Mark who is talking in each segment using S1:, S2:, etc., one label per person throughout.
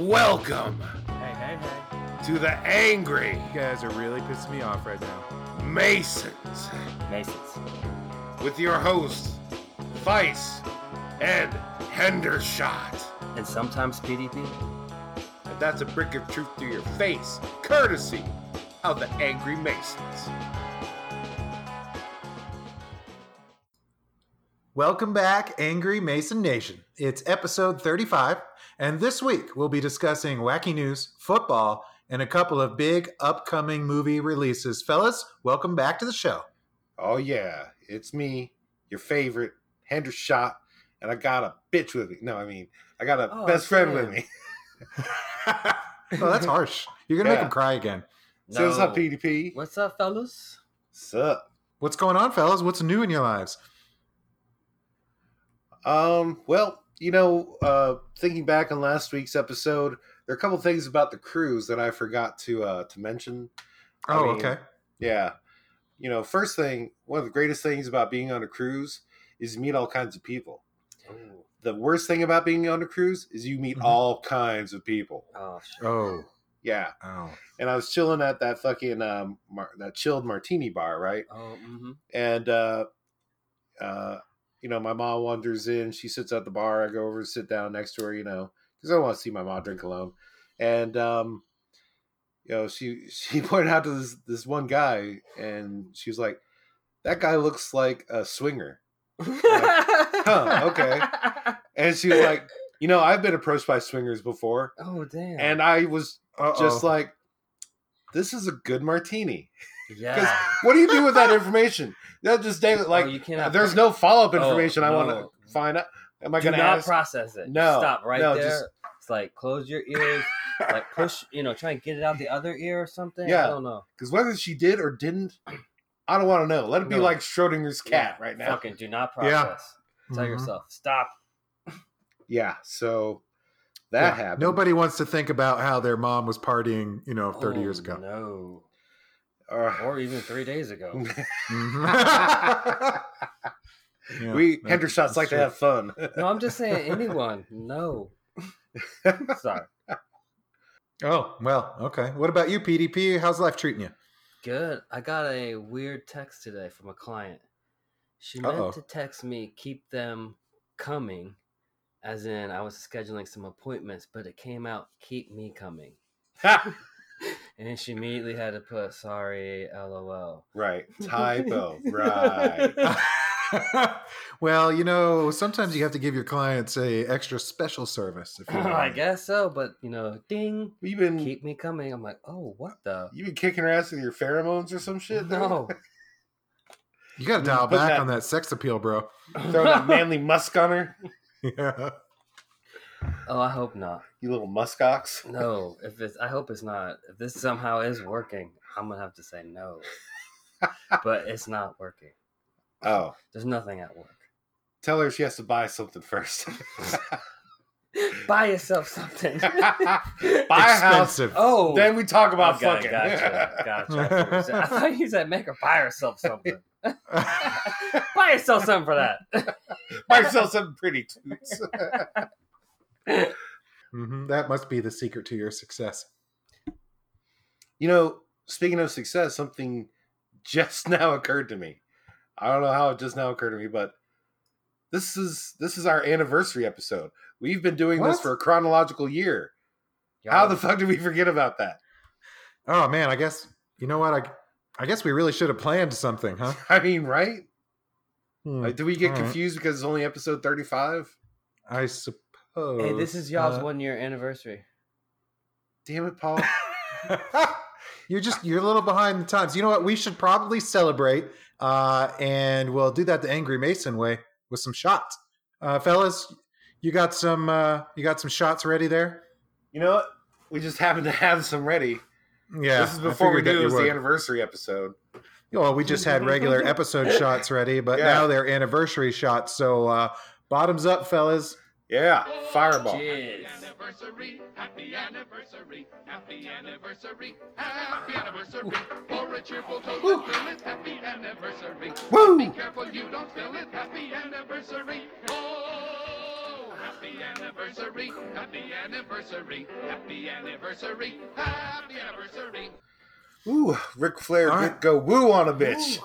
S1: Welcome
S2: Hey, hey, hey.
S1: to the Angry
S2: You guys are really pissing me off right now.
S1: Masons
S2: Masons.
S1: with your host, Vice and Hendershot.
S3: and sometimes PDP.
S1: And that's a brick of truth to your face, courtesy of the Angry Masons.
S4: Welcome back, Angry Mason Nation. It's episode 35, and this week we'll be discussing wacky news, football, and a couple of big upcoming movie releases. Fellas, welcome back to the show.
S1: Oh, yeah, it's me, your favorite, Hendershot, and I got a bitch with me. No, I mean, I got a
S3: Oh,
S1: best friend
S3: damn.
S1: with me.
S4: Oh, that's harsh. You're going to
S1: Yeah.
S4: make him cry again.
S1: So, what's up, PDP?
S3: What's up, fellas?
S1: Sup?
S4: What's going on, fellas? What's new in your lives?
S1: Um, well, you know, uh, thinking back on last week's episode, there are a couple things about the cruise that I forgot to uh, to mention. I
S4: Oh,
S1: mean-
S4: okay.
S1: Yeah, you know, first thing, one of the greatest things about being on a cruise is you meet all kinds of people. The worst thing about being on a cruise is you meet
S4: Mhm.
S1: all kinds of people.
S3: Oh, sh-
S4: Oh,
S1: Yeah,
S4: oh.
S1: and I was chilling at that fucking um, mar- that chilled martini bar, right?
S3: oh mm-hmm.
S1: and uh, uh, you know, my mom wanders in. She sits at the bar. I go over and sit down next to her, you know, because I don't want to see my mom drink alone. And um, you know, she she pointed out to this this one guy, and she was like, "That guy looks like a swinger." Huh, okay. And she was like, "You know, I've been approached by swingers before,"
S3: Oh damn.
S1: and I was
S4: Uh-oh.
S1: oh. just like. This is a good martini. Because
S3: yeah.
S1: what do you do with that information? That just day like
S3: oh, you cannot.
S1: There's no follow up
S3: Oh,
S1: information I want
S3: no.
S1: to find out. Am I
S3: Do
S1: going
S3: not
S1: to ask?
S3: process it.
S1: No,
S3: Stop right
S1: no,
S3: there.
S1: just-
S3: It's like close your ears. like push. You know, try and get it out the other ear or something.
S1: Yeah.
S3: I don't know.
S1: Because whether she did or didn't, I don't want to know. Let it be
S3: No.
S1: like Schrodinger's cat
S3: Yeah,
S1: right now.
S3: Fucking do not
S4: Yeah.
S3: process. Tell
S2: Mm-hmm.
S4: Mhm.
S3: yourself stop.
S1: Yeah. So that
S4: Yeah.
S1: happened.
S4: Nobody wants to think about how their mom was partying, you know, 30
S3: Oh,
S4: years ago.
S3: No.
S1: Uh,
S3: Or even three days ago.
S1: Oh,
S4: Mhm. Yeah,
S1: we
S4: that-
S1: Hendershots
S4: that's
S1: like to
S4: true.
S1: have fun.
S3: No, I'm just saying anyone. No. Sorry.
S4: Oh, well, okay. What about you, PDP? How's life treating you?
S3: Good. I got a weird text today from a client. She
S4: Uh-oh.
S3: meant to text me, keep them coming, as in I was scheduling some appointments, but it came out, keep me coming. And then she immediately had to put, sorry, lol.
S1: right. Typo. Right.
S4: well, you know, sometimes you have to give your clients a extra special service. If you know what
S3: I
S4: mean.
S3: guess so, but you know, ding,
S1: You've been
S3: keep me coming. I'm like, oh, what the?
S1: you been kicking her ass with your pheromones or some shit. dude?
S3: No.
S4: you got to dial
S1: Put
S4: back
S1: that-
S4: on that sex appeal, bro.
S1: Throw that manly musk on her.
S4: Yeah.
S3: oh, I hope not.
S1: You little muskox.
S3: No, if it's, I hope it's not. If this somehow is working, I'm gonna have to say no. but it's not working.
S1: Oh,
S3: There's nothing at work.
S1: tell her she has to buy something first.
S3: Buy yourself something.
S1: buy a house
S4: Expensive.
S3: oh,
S1: Then we talk
S3: oh,
S1: about
S3: got-
S1: fucking.
S3: Gotcha, gotcha. I thought you said- I thought you said make her buy herself something. buy yourself something for that.
S1: Buy yourself some pretty toots.
S4: Mhm, That must be the secret to your success.
S1: you know, speaking of success, something just now occurred to me. I don't know how it just now occurred to me, but this is this is our anniversary episode. We've been doing this
S4: What?
S1: for a chronological year. How the fuck did we forget about that?
S4: Oh man, I guess you know what I. I guess we really should have planned something, huh?
S1: I mean, right?
S4: Hmm,
S1: Like, do we get
S4: All right.
S1: confused because it's only episode thirty-five?
S4: I suppose.
S3: Hey, this is y'all's
S4: uh,
S3: one year anniversary.
S1: Damn it, Paul!
S4: you're just you're a little behind the times. You know what? We should probably celebrate, uh, and we'll do that the Angry Mason way with some shots, uh, fellas. You got some uh, you got some shots ready there.
S1: you know what? We just happen to have some ready.
S4: Yeah,
S1: this is
S4: I
S1: before we
S4: figured
S1: knew
S4: that
S1: it
S4: you
S1: was the
S4: would.
S1: anniversary episode.
S4: Well, we just had regular episode shots ready, but
S1: Yeah.
S4: now they're anniversary shots. So uh, bottoms up, fellas.
S1: Yeah, fireball.
S3: Cheers.
S5: anniversary, happy anniversary, happy anniversary, happy anniversary. For a cheerful toast and fill it, happy anniversary.
S1: Woo!
S5: Careful you don't spill it, happy anniversary. Oh, happy Happy anniversary. Happy anniversary. Happy anniversary. Happy anniversary.
S1: Ooh, Ric Flair
S4: All
S1: did
S4: right.
S1: go woo on a bitch.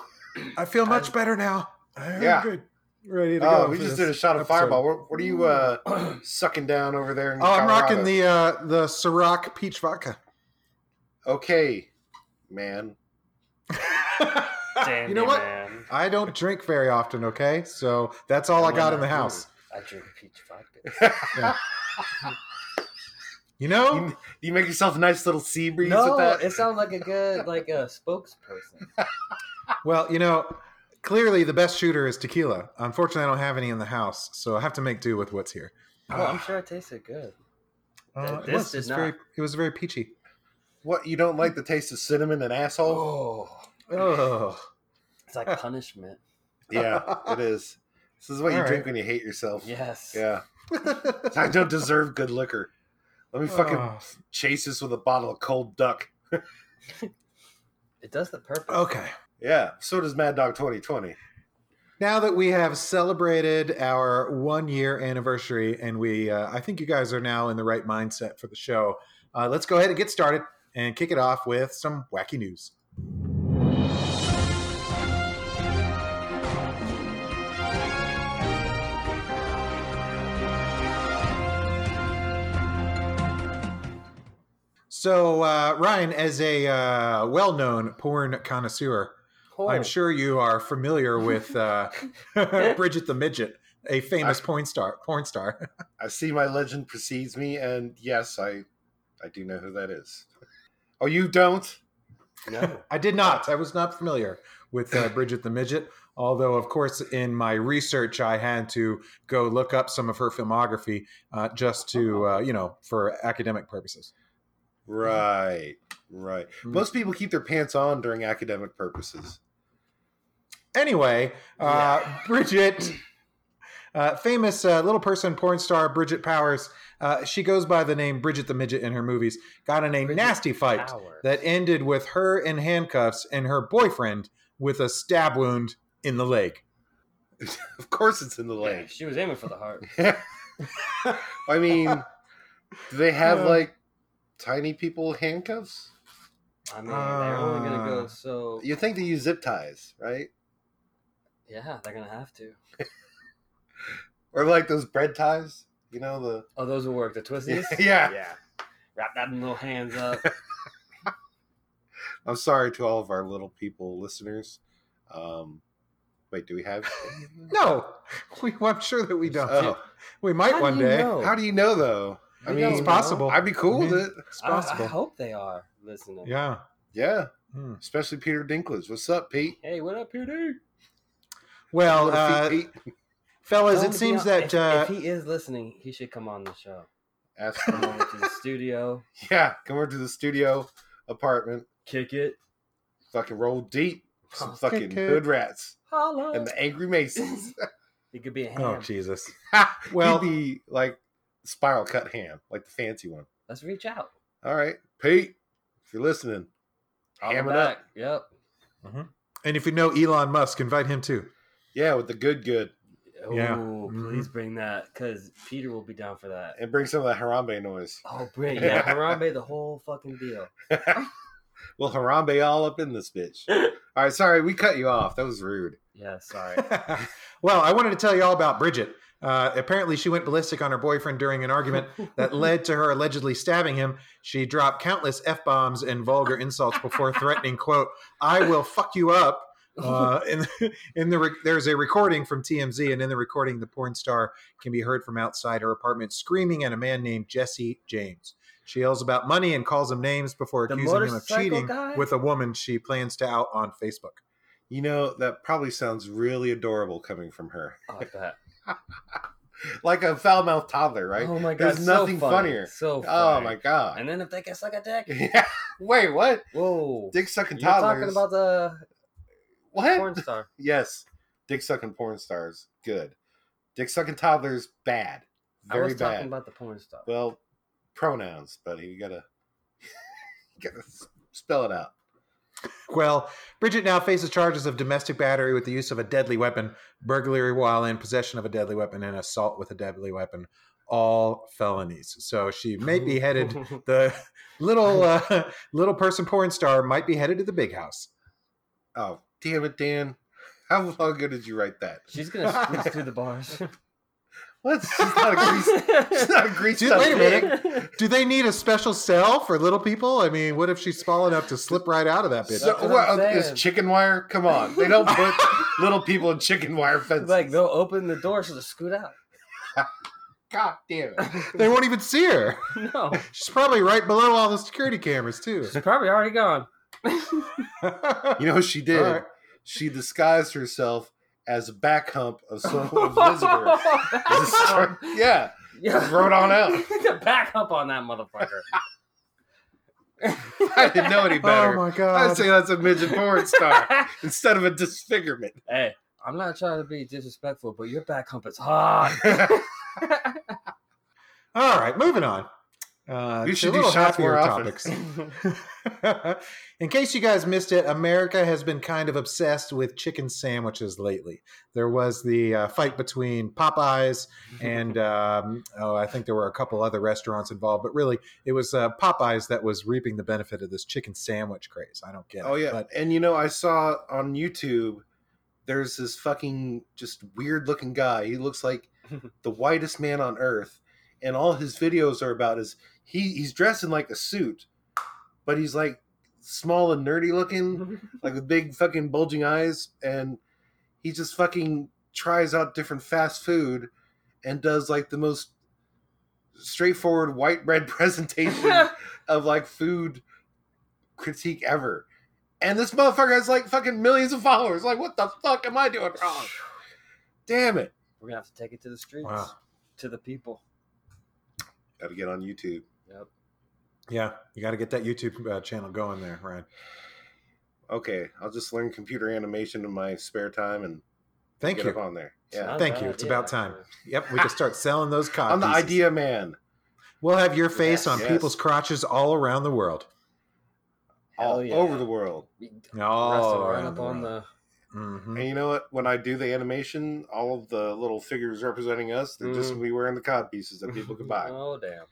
S4: I feel much better now. I'm
S1: Yeah.
S4: good. Ready to go.
S1: Oh, we
S4: for
S1: just
S4: this
S1: did a shot of
S4: episode.
S1: fireball. What, what are you uh, sucking down over there? In
S4: Oh, I'm rocking
S1: Colorado?
S4: the uh the Ciroc peach vodka.
S1: Okay, man.
S3: Damn
S4: you know what?
S3: Man.
S4: I don't drink very often, okay? So that's all I
S3: I'm
S4: got
S3: not
S4: in the house.
S3: I drink peach vodka.
S4: You
S1: You,
S4: know?
S1: you make yourself a nice little sea breeze
S3: No,
S1: with that.
S3: it sounds like a good like a spokesperson.
S4: Well, you know, clearly the best shooter is tequila. Unfortunately, I don't have any in the house, so I have to make do with what's here.
S3: Well, I'm sure it tasted good.
S4: Ah, Uh,
S3: Th-
S4: it
S3: this
S4: was,
S3: did
S4: it was
S3: not.
S4: very it was very peachy.
S1: What you don't like the taste of cinnamon and asshole?
S3: Oh,
S4: Oh.
S3: it's like punishment.
S1: Yeah, it is. This is what you
S4: All
S1: drink
S4: right.
S1: when you hate yourself.
S3: Yes.
S1: Yeah. I don't deserve good liquor. Let me fucking
S4: Oh.
S1: chase this with a bottle of cold duck.
S3: It does the purpose.
S4: Okay.
S1: Yeah, so does Mad Dog 2020.
S4: Now that we have celebrated our one year anniversary, and we, uh, I think you guys are now in the right mindset for the show, uh, let's go ahead and get started and kick it off with some wacky news. So, uh, Ryan, as a uh, well known porn connoisseur, I'm sure you are familiar with uh, Bridget the Midget, a famous porn star. Porn star.
S1: I see my legend precedes me, and yes, I I do know who that is. Oh, you don't?
S3: No.
S4: I did not. I was not familiar with uh, Bridget the Midget. Although, of course, in my research, I had to go look up some of her filmography uh, just to, uh, you know, for academic purposes.
S1: Right, right.
S3: Hmm.
S4: Mm.
S1: Most people keep their pants on during academic purposes.
S4: Anyway, uh, Bridget, uh, famous uh, little person porn star Bridget Powers, uh, she goes by the name Bridget the Midget in her movies, got in a
S3: Bridget
S4: nasty fight
S3: Power.
S4: that ended with her in handcuffs and her boyfriend with a stab wound in the leg.
S1: Of course, it's in the
S3: Yeah,
S1: leg.
S3: she was aiming for the heart.
S1: I mean, do they have
S4: Yeah.
S1: like tiny people handcuffs?
S3: I mean, they're only gonna go
S4: Ah.
S3: so.
S1: You think they use zip ties, right?
S3: Yeah, they're gonna have to.
S1: Or like those bread ties? You know the
S3: Oh, those will work. The twisties.
S1: Yeah.
S3: Yeah. Wrap that in little hands up.
S1: I'm sorry to all of our little people listeners. Um, wait, do we have?
S4: No, we, I'm sure that we don't.
S1: oh,
S4: we might
S3: How do
S4: one
S3: you
S4: day.
S3: know?
S1: how do you know though? I
S3: We
S1: mean,
S3: don't
S4: It's
S3: know.
S4: possible.
S1: I'd be cool with it.
S4: It's
S3: I, I
S4: possible.
S3: hope they are listening.
S4: yeah.
S1: Yeah,
S4: Hmm.
S1: especially Peter Dinklage. What's up, Pete?
S3: Hey, what up, here, dude?
S4: Well,
S1: Little feet,
S4: uh,
S1: Pete?
S4: fellas,
S3: Tell him to
S4: it
S3: be
S4: seems
S3: on-
S4: that
S3: if,
S4: uh,
S3: if he is listening, he should come on the show.
S1: Ask
S3: Come
S1: him.
S3: over to the studio,
S1: yeah, come over to the studio apartment.
S3: kick it,
S1: Fucking roll deep. Some
S3: Oh,
S1: fucking
S4: okay.
S1: hood rats
S3: holla.
S1: and the angry masons.
S3: He could be a ham.
S4: oh Jesus.
S1: well,
S4: Well-
S1: he'd be like spiral cut ham, like the fancy one.
S3: Let's reach out.
S1: All right, Pete, if you're listening,
S3: Holla
S1: ham it up.
S3: Yep.
S4: And if you know Elon Musk, invite him too.
S1: Yeah, with the good good,
S3: Oh,
S4: Yeah. Mm-hmm.
S3: please bring that because Peter will be down for that.
S1: and bring some of that Harambe noise.
S3: Oh, bring yeah, Harambe the whole fucking deal.
S1: well, Harambe all up in this bitch. All right, sorry, we cut you off. That was rude.
S3: Yeah, sorry.
S4: well, I wanted to tell you all about Bridget. Uh, apparently, she went ballistic on her boyfriend during an argument that led to her allegedly stabbing him. She dropped countless f bombs and vulgar insults before threatening, "quote I will fuck you up." Uh, in in the re- there's a recording from TMZ, and in the recording, the porn star can be heard from outside her apartment screaming at a man named Jesse James. She yells about money and calls him names before
S3: The
S4: accusing him of
S3: motorcycle
S4: cheating
S3: guy?
S4: with a woman she plans to out on Facebook.
S1: You know that probably sounds really adorable coming from her,
S3: Oh, I bet.
S1: like a foul mouthed toddler, right?
S3: Oh my god,
S1: There's
S3: so
S1: nothing
S3: funny.
S1: funnier.
S3: So
S1: Oh
S3: funny.
S1: my god!
S3: And then if they can suck a dick,
S1: Yeah. Wait, what?
S3: whoa!
S1: Dick sucking
S3: You're
S1: toddlers?
S3: talking about the
S1: what?
S3: porn star.
S1: Yes, dick sucking porn stars, good. Dick sucking toddlers, bad.
S3: I
S1: Very
S3: was
S1: bad.
S3: talking about the porn star.
S1: well, pronouns, buddy. You gotta, you gotta s- spell it out.
S4: Well, Bridget now faces charges of domestic battery with the use of a deadly weapon, burglary while in possession of a deadly weapon, and assault with a deadly weapon, all felonies. So she may be headed the little uh, little person porn star might be headed to the big house.
S1: Oh, damn it, Dan. How long ago did you write that?
S3: She's gonna squeeze through the bars.
S1: What? She's not a grease. She's not a grease.
S4: Dude,
S1: stuff,
S4: wait a minute.
S1: Dan.
S4: Do they need a special cell for little people? I mean, what if she's small enough to slip right out of that bitch?
S1: So,
S3: That's what
S1: what, uh,
S3: I'm
S1: is
S3: saying.
S1: chicken wire? Come on. They don't put little people in chicken wire fences.
S3: like they'll open the door, she'll just scoot out.
S1: God damn it.
S4: they won't even see her.
S3: No,
S4: She's probably right below all the security cameras too.
S3: she's probably already gone.
S1: You know what she did?
S4: All right.
S1: She disguised herself as a back hump of some visitor. Just start- yeah.
S3: Yeah.
S1: Throw it on out.
S3: Back up on that motherfucker.
S1: I didn't know any
S4: oh
S1: better.
S4: my
S1: I'd
S4: god!
S1: say that's a midget porn star instead of a disfigurement.
S3: Hey, I'm not trying to be disrespectful, but your back hump is hot.
S4: All right, moving on. Uh,
S1: We
S4: to
S1: should
S4: a
S1: do
S4: little
S1: shots
S4: happier
S1: more often.
S4: In case you guys missed it, America has been kind of obsessed with chicken sandwiches lately. There was the uh, fight between Popeyes and um, oh, I think there were a couple other restaurants involved, but really it was uh, Popeyes that was reaping the benefit of this chicken sandwich craze. I don't get
S1: Oh
S4: it.
S1: yeah,
S4: but
S1: and you know I saw on YouTube there's this fucking just weird looking guy. He looks like the whitest man on earth, and all his videos are about is he he's dressed in like a suit, but he's like small and nerdy looking, like with big fucking bulging eyes, and he just fucking tries out different fast food and does like the most straightforward white bread presentation of like food critique ever. And this motherfucker has like fucking millions of followers. Like, what the fuck am I doing wrong? Damn it.
S3: We're gonna have to take it to the streets,
S4: Wow.
S3: to the people.
S1: Gotta get on YouTube.
S3: Yep.
S4: yeah, you got to get that YouTube uh, channel going there, Ryan.
S1: Okay, I'll just learn computer animation in my spare time and
S4: Thank
S1: get
S4: you.
S1: up on there.
S3: It's
S1: Yeah.
S3: not a
S4: Thank
S3: bad
S4: you. It's
S3: idea,
S4: about time.
S3: actually.
S4: Yep, we can start selling those copies.
S1: I'm the idea man.
S4: We'll have your
S3: Yes.
S4: face on
S1: Yes.
S4: people's crotches all around the world.
S3: Hell
S1: All
S3: yeah.
S1: over the world.
S3: Wrestle
S4: All
S3: right
S4: around
S3: up
S4: the
S3: on the.
S4: world. Mhm.
S3: Mm-hmm.
S1: And you know what? When I do the animation, all of the little figures representing us, they're just
S3: Mhm.
S1: gonna be wearing the cod pieces that people could buy.
S3: Oh damn!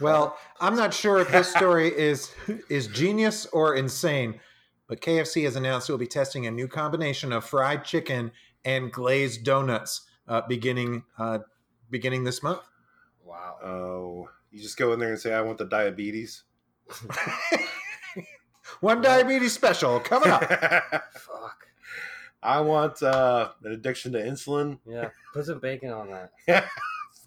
S4: Well, I'm not sure if this story is is genius or insane, but KFC has announced it will be testing a new combination of fried chicken and glazed donuts uh, beginning uh, beginning this month.
S3: Wow.
S4: Uh,
S1: Oh, you just go in there and say, I want the diabetes.
S4: One diabetes special coming up.
S3: Fuck.
S1: I want uh, an addiction to insulin.
S3: Yeah. Put some bacon on that.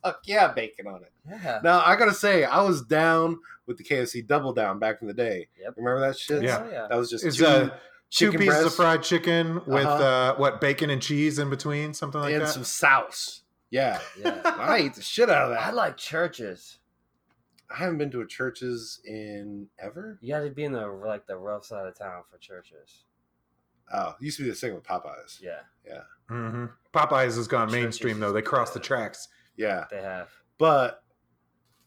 S1: Fuck yeah, bacon on it.
S3: Yeah.
S1: Now I gotta say, I was down with the KFC double down back in the day.
S3: Yep.
S1: Remember that shit?
S4: Yeah.
S3: Hell yeah.
S1: That was just
S4: It's
S1: two
S4: uh, two
S1: chicken
S4: pieces of
S1: breasts
S4: fried chicken with
S1: Uh-huh.
S4: uh, what bacon and cheese in between, something like
S1: and
S4: that.
S1: some sauce. Yeah,
S3: yeah.
S1: I ate the shit out of
S3: I
S1: that.
S3: like churches.
S1: I haven't been to a churches in ever.
S3: You had to be in the like the rough side of town for churches.
S1: Oh, it used to be the thing with Popeyes.
S3: Yeah,
S4: Mhm. Popeyes has gone
S3: Churches
S4: mainstream though;
S3: is
S4: they crossed the
S3: good.
S4: tracks.
S1: Yeah,
S3: they have.
S1: but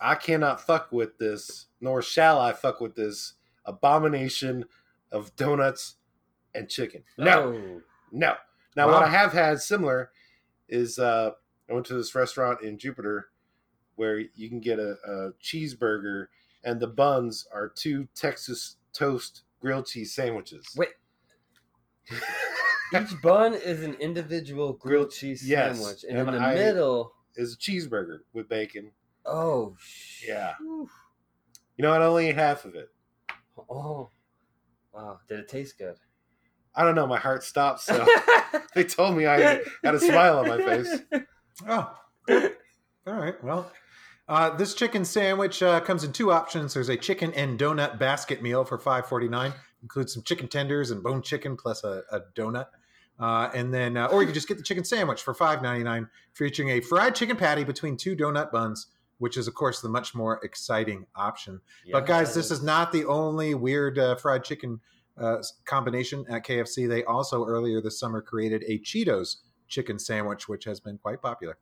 S1: I cannot fuck with this, nor shall I fuck with this abomination of donuts and chicken. No,
S3: Oh,
S1: No. Now,
S4: Wow.
S1: what I have had similar is uh, I went to this restaurant in Jupiter where you can get a, a cheeseburger, and the buns are two Texas toast grilled cheese sandwiches.
S3: Wait. Each bun is an individual grilled cheese
S1: Yes,
S3: sandwich, and, in
S1: and
S3: the
S1: I-
S3: middle,
S1: It's a cheeseburger with bacon.
S3: oh sh-
S1: Yeah.
S3: Oof.
S1: You know, I only ate half of it.
S3: Oh, wow! Did it taste good?
S1: I don't know. My heart stopped. So they told me I had a smile on my face.
S4: Oh, all right. Well, uh, this chicken sandwich uh, comes in two options. There's a chicken and donut basket meal for five forty nine. Includes some chicken tenders and bone chicken plus a, a donut. Uh, and then, uh, or you can just get the chicken sandwich for five ninety nine, featuring a fried chicken patty between two donut buns, which is, of course, the much more exciting option. But guys, this is not the only weird uh, fried chicken uh, s- combination at KFC. They also earlier this summer created a Cheetos chicken sandwich, which has been quite popular.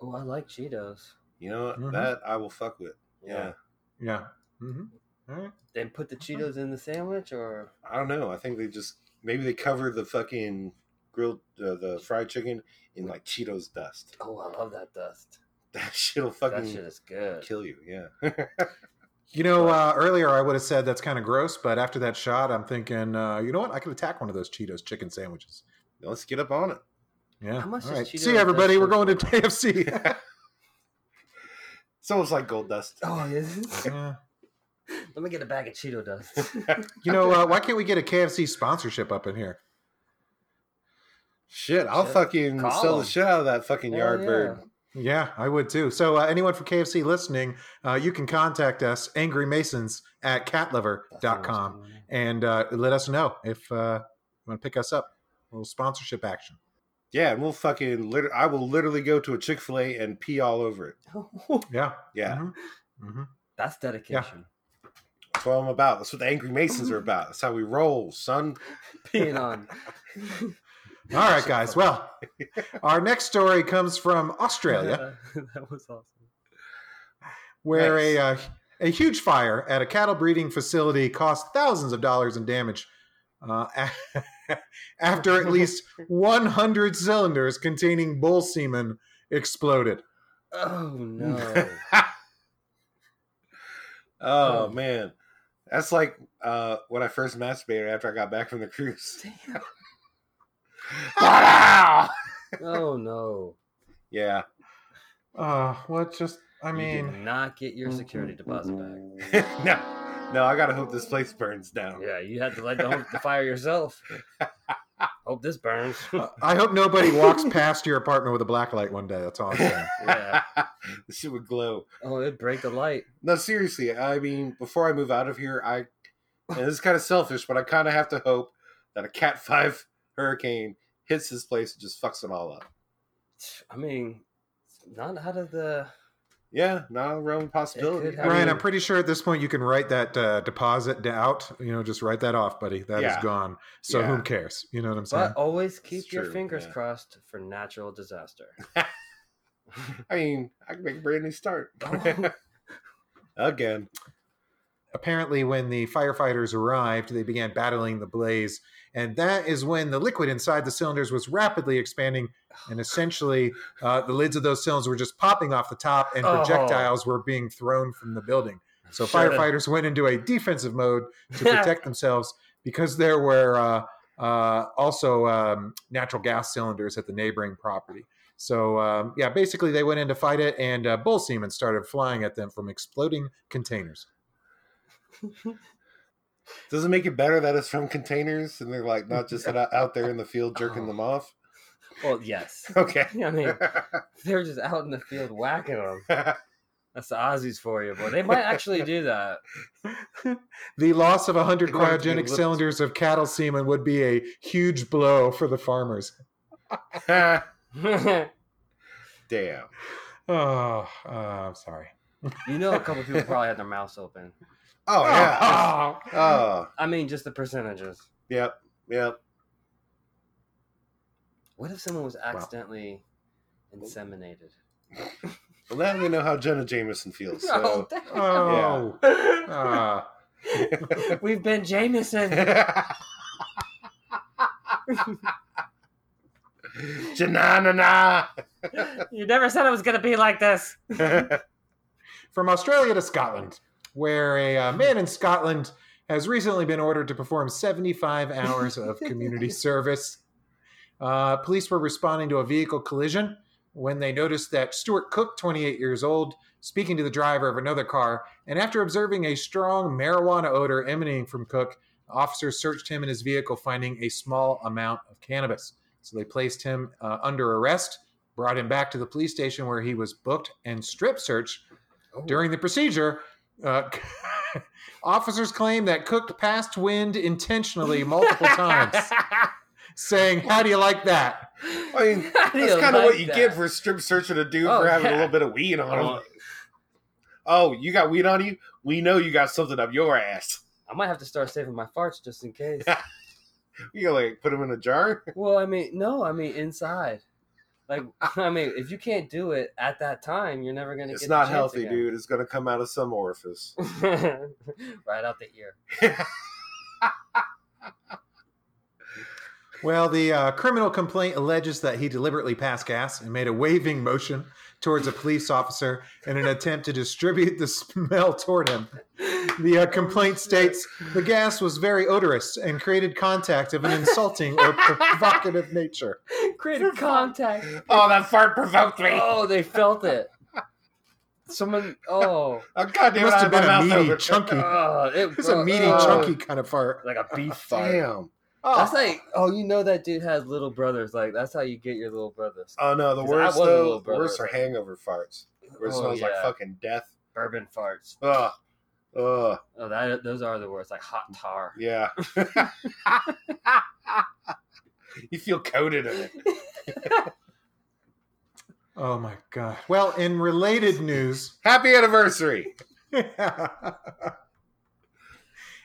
S3: Oh, I like Cheetos.
S1: You know, what?
S4: Mhm.
S1: that I will fuck with. Yeah.
S4: Yeah. Mm-hmm. All right.
S3: Then put the Cheetos in the sandwich, or
S1: I don't know. I think they just, maybe they cover the fucking grilled, uh, the fried chicken in like Cheetos dust.
S3: oh, I love that dust.
S1: That shit'll
S3: That
S1: fucking
S3: shit is good.
S1: kill you. Yeah.
S4: You know, uh, earlier I would have said that's kind of gross, but after that shot, I'm thinking, uh, you know what? I could attack one of those Cheetos chicken sandwiches.
S1: Let's get up on it.
S4: Yeah.
S3: How much
S4: All
S3: is
S4: right.
S3: Cheetos
S4: See, everybody, we're
S3: dust
S4: going to
S3: for?
S4: KFC.
S1: It's almost like gold dust.
S3: Oh, yes.
S4: yeah.
S3: Let me get a bag of Cheeto dust.
S4: You know, uh, why can't we get a KFC sponsorship up in here?
S1: Shit, I'll
S3: Shit.
S1: fucking
S3: Call
S1: sell the
S3: 'em.
S1: shit out of that fucking
S3: Hell
S1: yard bird.
S3: yeah.
S4: Yeah, I would too. So, uh, anyone for KFC listening, uh, you can contact us, Angry Masons at catlover.com, and uh, let us know if uh, you want to pick us up. A little sponsorship action.
S1: Yeah, and we'll fucking liter- I will literally go to a Chick Fil A and pee all over it.
S4: Yeah.
S1: Yeah,
S4: Mhm. Mhm.
S3: That's dedication.
S1: that's what I'm about. That's what the Angry Masons are about. That's how we roll, son.
S3: Peeing on.
S4: All right, guys. Well, our next story comes from Australia.
S3: that was awesome.
S4: where
S1: Nice.
S4: a uh, a huge fire at a cattle breeding facility cost thousands of dollars in damage uh, after at least 100 cylinders containing bull semen exploded.
S3: Oh no.
S1: Oh
S3: Oh.
S1: man, that's like uh, when I first masturbated after I got back from the cruise.
S3: Damn.
S1: yeah,
S3: Oh no.
S4: Uh, what just I
S3: you
S4: mean,
S3: did not get your security deposit back.
S1: no, no, I gotta hope this place burns down.
S3: Yeah, you had to light the, the fire yourself. Hope this burns.
S4: uh, I hope nobody walks past your apartment with a black light one day. That's all I'm saying.
S3: Yeah.
S1: the shit would glow.
S3: Oh, it break the light.
S1: No, seriously. I mean, before I move out of here, I and this is kind of selfish, but I kind of have to hope that a Cat Five hurricane hits this place and just fucks it all up.
S3: I mean, it's not out of the.
S1: Yeah, not a realm of possibility.
S3: could
S1: I
S3: happen.
S4: Ryan,
S1: mean,
S4: I'm pretty sure at this point you can write that uh, deposit out. You know, just write that off, buddy. That is
S1: Yeah.
S4: gone. So
S1: Yeah.
S4: who cares? You know what I'm saying?
S3: But always keep your
S1: true,
S3: fingers
S1: yeah.
S3: crossed for natural disaster.
S1: I mean, I can make a brand new start again.
S4: apparently when the firefighters arrived they began battling the blaze and that is when the liquid inside the cylinders was rapidly expanding and essentially uh, the lids of those cylinders were just popping off the top and
S3: Oh.
S4: projectiles were being thrown from the building so
S3: Should've-
S4: firefighters went into a defensive mode to protect themselves because there were uh, uh, also um, natural gas cylinders at the neighboring property so um, yeah basically they went in to fight it and uh, bull semen started flying at them from exploding containers
S1: Does it make it better that it's from containers and they're like not just out, out there in the field jerking
S3: Oh.
S1: them off?
S3: Well, yes.
S1: Okay.
S3: I mean, they're just out in the field whacking them. That's the Aussies for you, boy. They might actually do that.
S4: The loss of 100
S1: They wanted to be
S4: cryogenic
S1: little-
S4: cylinders of cattle semen would be a huge blow for the farmers.
S1: Damn.
S4: Oh, uh, I'm sorry.
S3: you know, a couple people probably had their mouths open.
S1: Oh yeah.
S4: Oh.
S1: Oh.
S3: I mean, just the percentages.
S1: Yep. Yep.
S3: What if someone was accidentally inseminated?
S1: Well, now we know how Jenna Jameson feels.
S3: Oh,
S1: So.
S4: Oh. Ah.
S3: damn. We've been Jameson.
S1: Janana.
S3: You never said it was going to be like this.
S4: From Australia to Scotland, where a uh, man in Scotland has recently been ordered to perform 75 hours of community service. Uh, police were responding to a vehicle collision when they noticed that Stuart Cook, 28 years old, speaking to the driver of another car, and after observing a strong marijuana odor emanating from Cook, officers searched him in his vehicle, finding a small amount of cannabis. So they placed him uh, under arrest, brought him back to the police station where he was booked and strip searched. During the procedure, uh, officers claim that Cook passed wind intentionally multiple times, saying, How do you like that?
S1: I mean,
S3: How do
S1: That's
S3: you
S1: kind of what
S3: like
S1: you
S3: that?
S1: get for strip searching a dude
S3: Oh,
S1: for having a
S3: yeah.
S1: little bit of weed on him.
S3: Oh.
S1: Oh, you got weed on you? We know you got something up your ass.
S3: I might have to start saving my farts just in case.
S1: You gonna like put them in a jar?
S3: Well, I mean, no, I mean inside. Like, I mean, if you can't do it at that time, you're never gonna.
S1: It's
S3: get
S1: not healthy, dude. It's gonna come out of some orifice.
S3: dude. right out the ear.
S4: Well, the uh, criminal complaint alleges that he deliberately passed gas and made a waving motion towards a police officer in an attempt to distribute the smell toward him. The uh, complaint states the gas was very odorous and created contact of an insulting or provocative nature.
S3: Created contact.
S1: Oh, that fart provoked me.
S3: Oh, they felt it. Someone. Oh,
S1: Oh, God
S4: It
S1: damn,
S4: must have been a meaty, chunky.
S3: oh it
S4: It's a meaty,
S3: oh,
S4: chunky kind of fart.
S3: like a beef fart.
S1: Damn.
S3: That's like, oh, you know that dude has little brothers. Like that's how you get your little brothers.
S1: Oh no, the
S3: 'Cause I
S1: worst
S3: was a
S1: though,
S3: little
S1: the worst are
S3: brother.
S1: hangover farts. Where it
S3: Oh,
S1: smells like
S3: yeah.
S1: fucking death.
S3: Bourbon farts.
S1: Ugh. Ugh.
S3: Oh, that those are the worst. Like hot tar.
S1: Yeah. you feel coated in it.
S4: Oh my god. Well, in related news,
S1: Happy anniversary.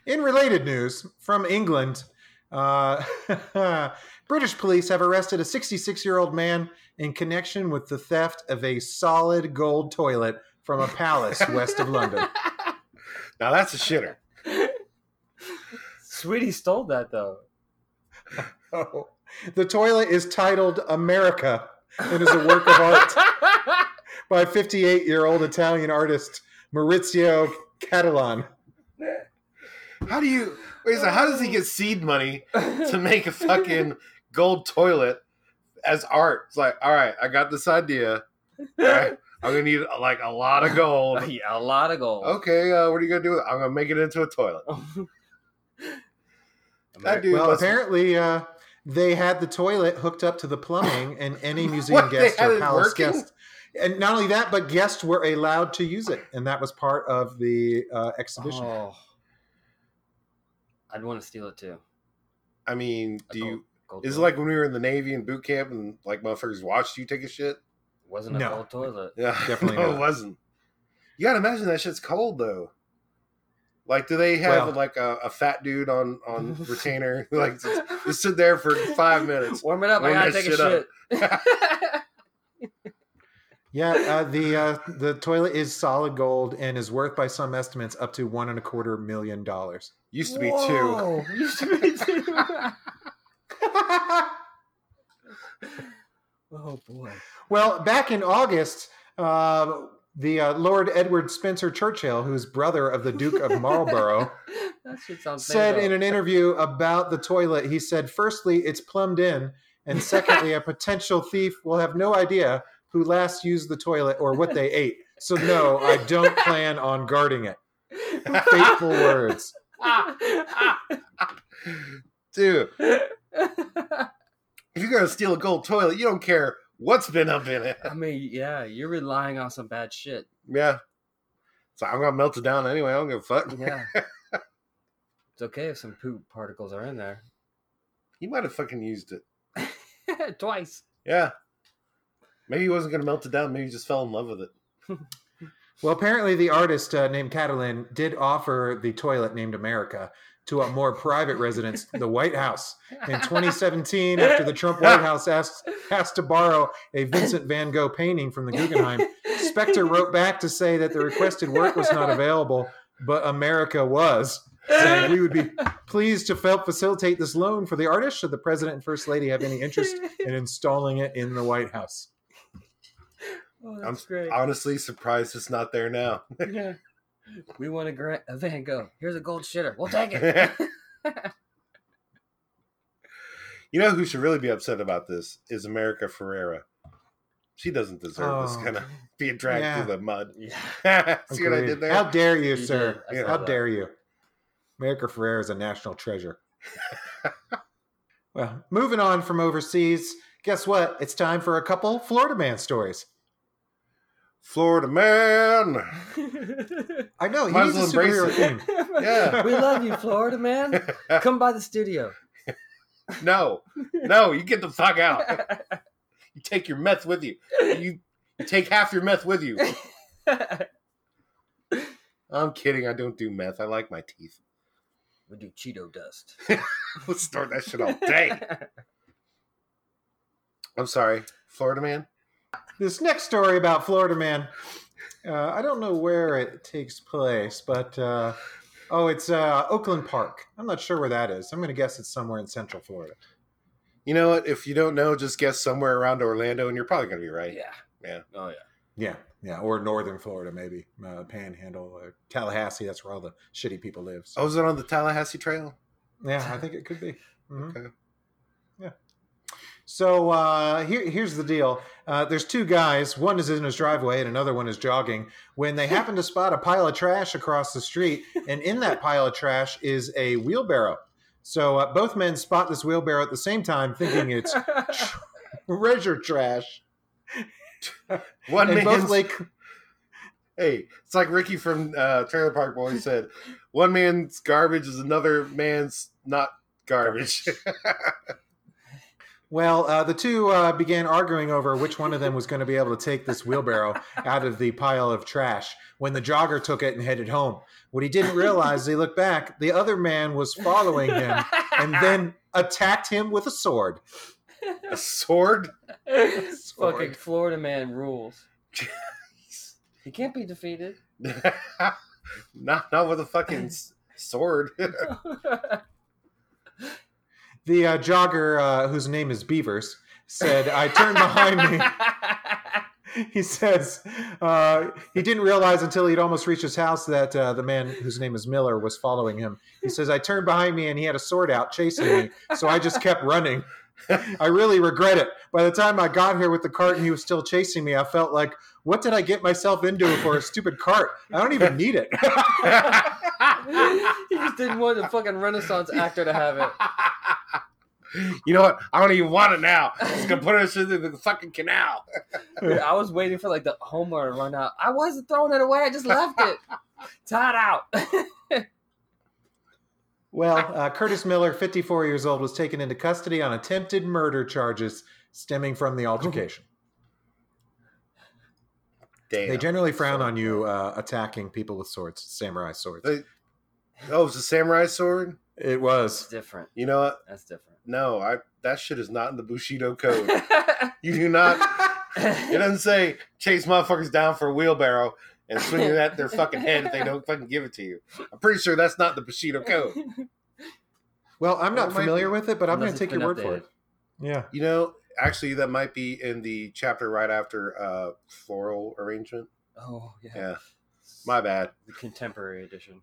S4: in related news from England, uh, British police have arrested a 66 year old man in connection with the theft of a solid gold toilet from a palace west of London.
S1: Now that's a shitter.
S3: Sweetie stole that though.
S4: Oh. The toilet is titled America and is a work of art by 58 year old Italian artist Maurizio Catalan.
S1: How do you wait a second, how does he get seed money to make a fucking gold toilet as art? It's like, all right, I got this idea. All right, I'm gonna need like a lot of gold.
S3: yeah, a lot of gold.
S1: Okay, uh, what are you gonna do? with it? I'm gonna make it into a toilet. That dude
S4: well,
S1: must-
S4: apparently uh, they had the toilet hooked up to the plumbing, and any museum
S1: What, they
S4: guest
S1: had
S4: or
S1: it
S4: palace
S1: working?
S4: guest. And not only that, but guests were allowed to use it, and that was part of the uh, exhibition.
S3: oh. I'd want to steal it too.
S1: I mean,
S3: A
S1: do
S3: gold-
S1: you
S3: gold
S1: is it
S3: toilet.
S1: like when we were in the Navy in boot camp and like motherfuckers watched you take a shit?
S3: wasn't a
S4: No.
S3: gold toilet?
S1: Yeah,
S4: Definitely
S1: no,
S4: not.
S1: it wasn't. You gotta imagine that shit's cold though. Like, do they have
S4: Well-
S1: like a, a fat dude on on retainer? like, just, just sit there for five minutes.
S3: Warm it up.
S1: Warm
S3: I gotta
S1: that
S3: take a
S1: shit up.
S3: shit.
S4: Yeah, uh, the uh, the toilet is solid gold and is worth, by some estimates, up to one and a quarter million dollars.
S1: Used to be two.
S3: Used to be two. oh boy.
S4: Well, back in August, uh, the uh, Lord Edward Spencer Churchill, who's brother of the Duke of Marlborough.
S3: that shit sounds
S4: said in an interview about the toilet, he said, firstly, it's plumbed in, and secondly, a potential thief will have no idea who last used the toilet or what they ate. So no, I don't plan on guarding it. Fateful words.
S1: Dude, if you're gonna steal a gold toilet, you don't care what's been up in it.
S3: I mean, yeah, you're relying on some bad shit.
S1: Yeah. So I'm gonna melt it down anyway. I don't give a fuck.
S3: Yeah. it's okay if some poop particles are in there.
S1: He might have fucking used it.
S3: Twice.
S1: Yeah. Maybe he wasn't gonna melt it down. Maybe he just fell in love with it.
S4: Well, apparently, the artist uh, named Catalan did offer the toilet named America to a more private residence, the White House, in 2017 after the Trump White House asked, asked to borrow a Vincent van Gogh painting from the Guggenheim. Spectre wrote back to say that the requested work was not available, but America was. Saying we would be pleased to help facilitate this loan for the artist should the president and first lady have any interest in installing it in the White House.
S3: Oh,
S1: I'm
S3: that's great.
S1: honestly surprised it's not there now.
S3: yeah. We want a grant a Van Gogh. Here's a gold shitter. We'll take it.
S1: You know who should really be upset about this is America Ferrera. She doesn't deserve this
S4: Oh.
S1: kind of being dragged
S4: Yeah.
S1: through the mud.
S3: yeah.
S1: See what I
S4: Agreed.
S1: did there?
S4: How dare you,
S3: You did.
S4: sir?
S3: I saw
S4: How
S3: that.
S4: dare you? America Ferrer is a national treasure. well, moving on from overseas, guess what? It's time for a couple Florida man stories.
S1: Florida man.
S4: I know
S1: Might
S4: he's
S1: as
S4: a
S1: well embrace
S4: superhero
S1: it.
S4: king.
S1: Yeah.
S3: We love you, Florida man. Come by the studio.
S1: no, no, you get the fuck out. You take your meth with you. You you take half your meth with you.
S3: we
S1: I'm kidding. I don't do meth. I like my teeth.
S3: do Cheeto dust.
S1: Let's start that shit all day. I'm sorry, Florida man.
S4: This next story about Florida man, uh, I don't know where it takes place, but uh, oh, it's uh, Oakland Park. I'm not sure where that is. I'm going to guess it's somewhere in Central Florida.
S1: You know what? If you don't know, just guess somewhere around Orlando, and you're probably gonna be right.
S3: Yeah.
S1: Yeah.
S3: Oh yeah.
S4: Yeah, yeah, or northern Florida, maybe uh, Panhandle, uh, Tallahassee. That's where all the shitty people live. So.
S1: Oh, was it on the Tallahassee Trail?
S4: Yeah, I think it could be. Mhm.
S1: Okay.
S4: Yeah. So uh, here, here's the deal. Uh, there's two guys. One is in his driveway, and another one is jogging. When they happen to spot a pile of trash across the street, and in that pile of trash is a wheelbarrow. So uh, both men spot this wheelbarrow at the same time, thinking it's treasure trash.
S1: One
S4: and both
S1: man's
S4: like,
S1: hey, it's like Ricky from uh, Trailer Park Boys said, one man's garbage is another man's not garbage.
S4: well, uh, the two uh, began arguing over which one of them was going to be able to take this wheelbarrow out of the pile of trash. When the jogger took it and headed home, what he didn't realize, he looked back. The other man was following him and then attacked him with a sword.
S1: a sword?
S3: It's
S1: Sword.
S3: Fucking Florida man rules. He can't be defeated.
S1: not not with a fucking s- sword.
S4: The uh, jogger, uh, whose name is Beavers, said, "I turned behind me." he says uh, he didn't realize until he'd almost reached his house that uh, the man whose name is Miller was following him. He says, I turned behind me and he had a sword out chasing me, so I just kept running. I really regret it. By the time I got here with the cart and he was still chasing me, I felt like, what did I get myself into for a stupid cart? I don't even need it.
S3: he just didn't want the fucking Renaissance actor to have it.
S1: you know what? I don't even want it now. It's gonna put us into the fucking canal.
S3: Dude, I was waiting for like the Homer to run out. I wasn't throwing it away. I just left it. Tied out.
S4: Well, uh, Curtis Miller, 54 years old, was taken into custody on attempted murder charges stemming from the altercation.
S1: Damn.
S4: They generally frown on you uh, attacking people with swords, samurai swords.
S1: They- oh, it's a samurai sword.
S4: It
S3: That's
S4: was.
S3: different.
S1: You know what?
S3: That's different.
S1: No, I that shit is not in the Bushido code. You do not. It doesn't say chase motherfuckers down for a wheelbarrow and swing it at their fucking head if they don't fucking give it to you. I'm pretty sure that's not the Bushido code.
S4: Well, I'm
S1: Well,
S4: not
S1: it might
S4: familiar
S1: be.
S4: with it, but I'm going
S3: Unless
S4: to
S3: it's
S4: take your
S3: been
S4: word for
S3: updated.
S4: it. Yeah.
S1: You know, actually, that might be in the chapter right after uh, floral arrangement.
S3: Oh yeah.
S1: Yeah, my bad.
S3: The contemporary edition.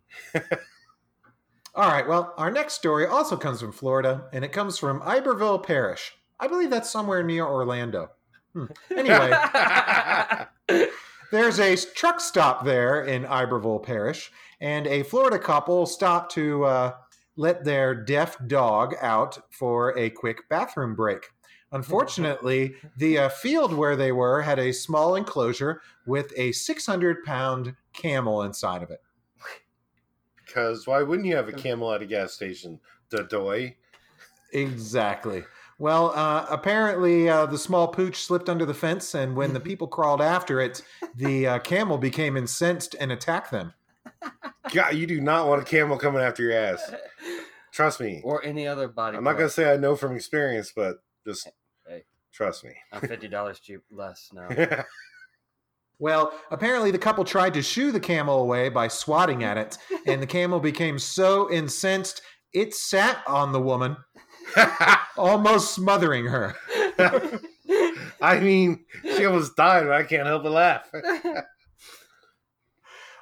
S4: All right. Well, our next story also comes from Florida, and it comes from Iberville Parish. I believe that's somewhere near Orlando. Hmm. Anyway, there's a truck stop there in Iberville Parish, and a Florida couple stopped to uh, let their deaf dog out for a quick bathroom break. Unfortunately, the uh, field where they were had a small enclosure with a 600 pound camel inside of it.
S1: Because why wouldn't you have a camel at a gas station? The doy.
S4: Exactly. Well, uh, apparently uh, the small pooch slipped under the fence, and when the people crawled after it, the uh, camel became incensed and attacked them.
S1: God, you do not want a camel coming after your ass. Trust me.
S3: or any other body.
S1: I'm not gonna
S3: part.
S1: say I know from experience, but just
S3: uh, Hey.
S1: trust me.
S3: I'm fifty dollars cheap less now.
S4: Well, apparently the couple tried to shoo the camel away by swatting at it, and the camel became so incensed it sat on the woman, almost smothering her.
S1: I mean, she almost died, but I can't help but laugh.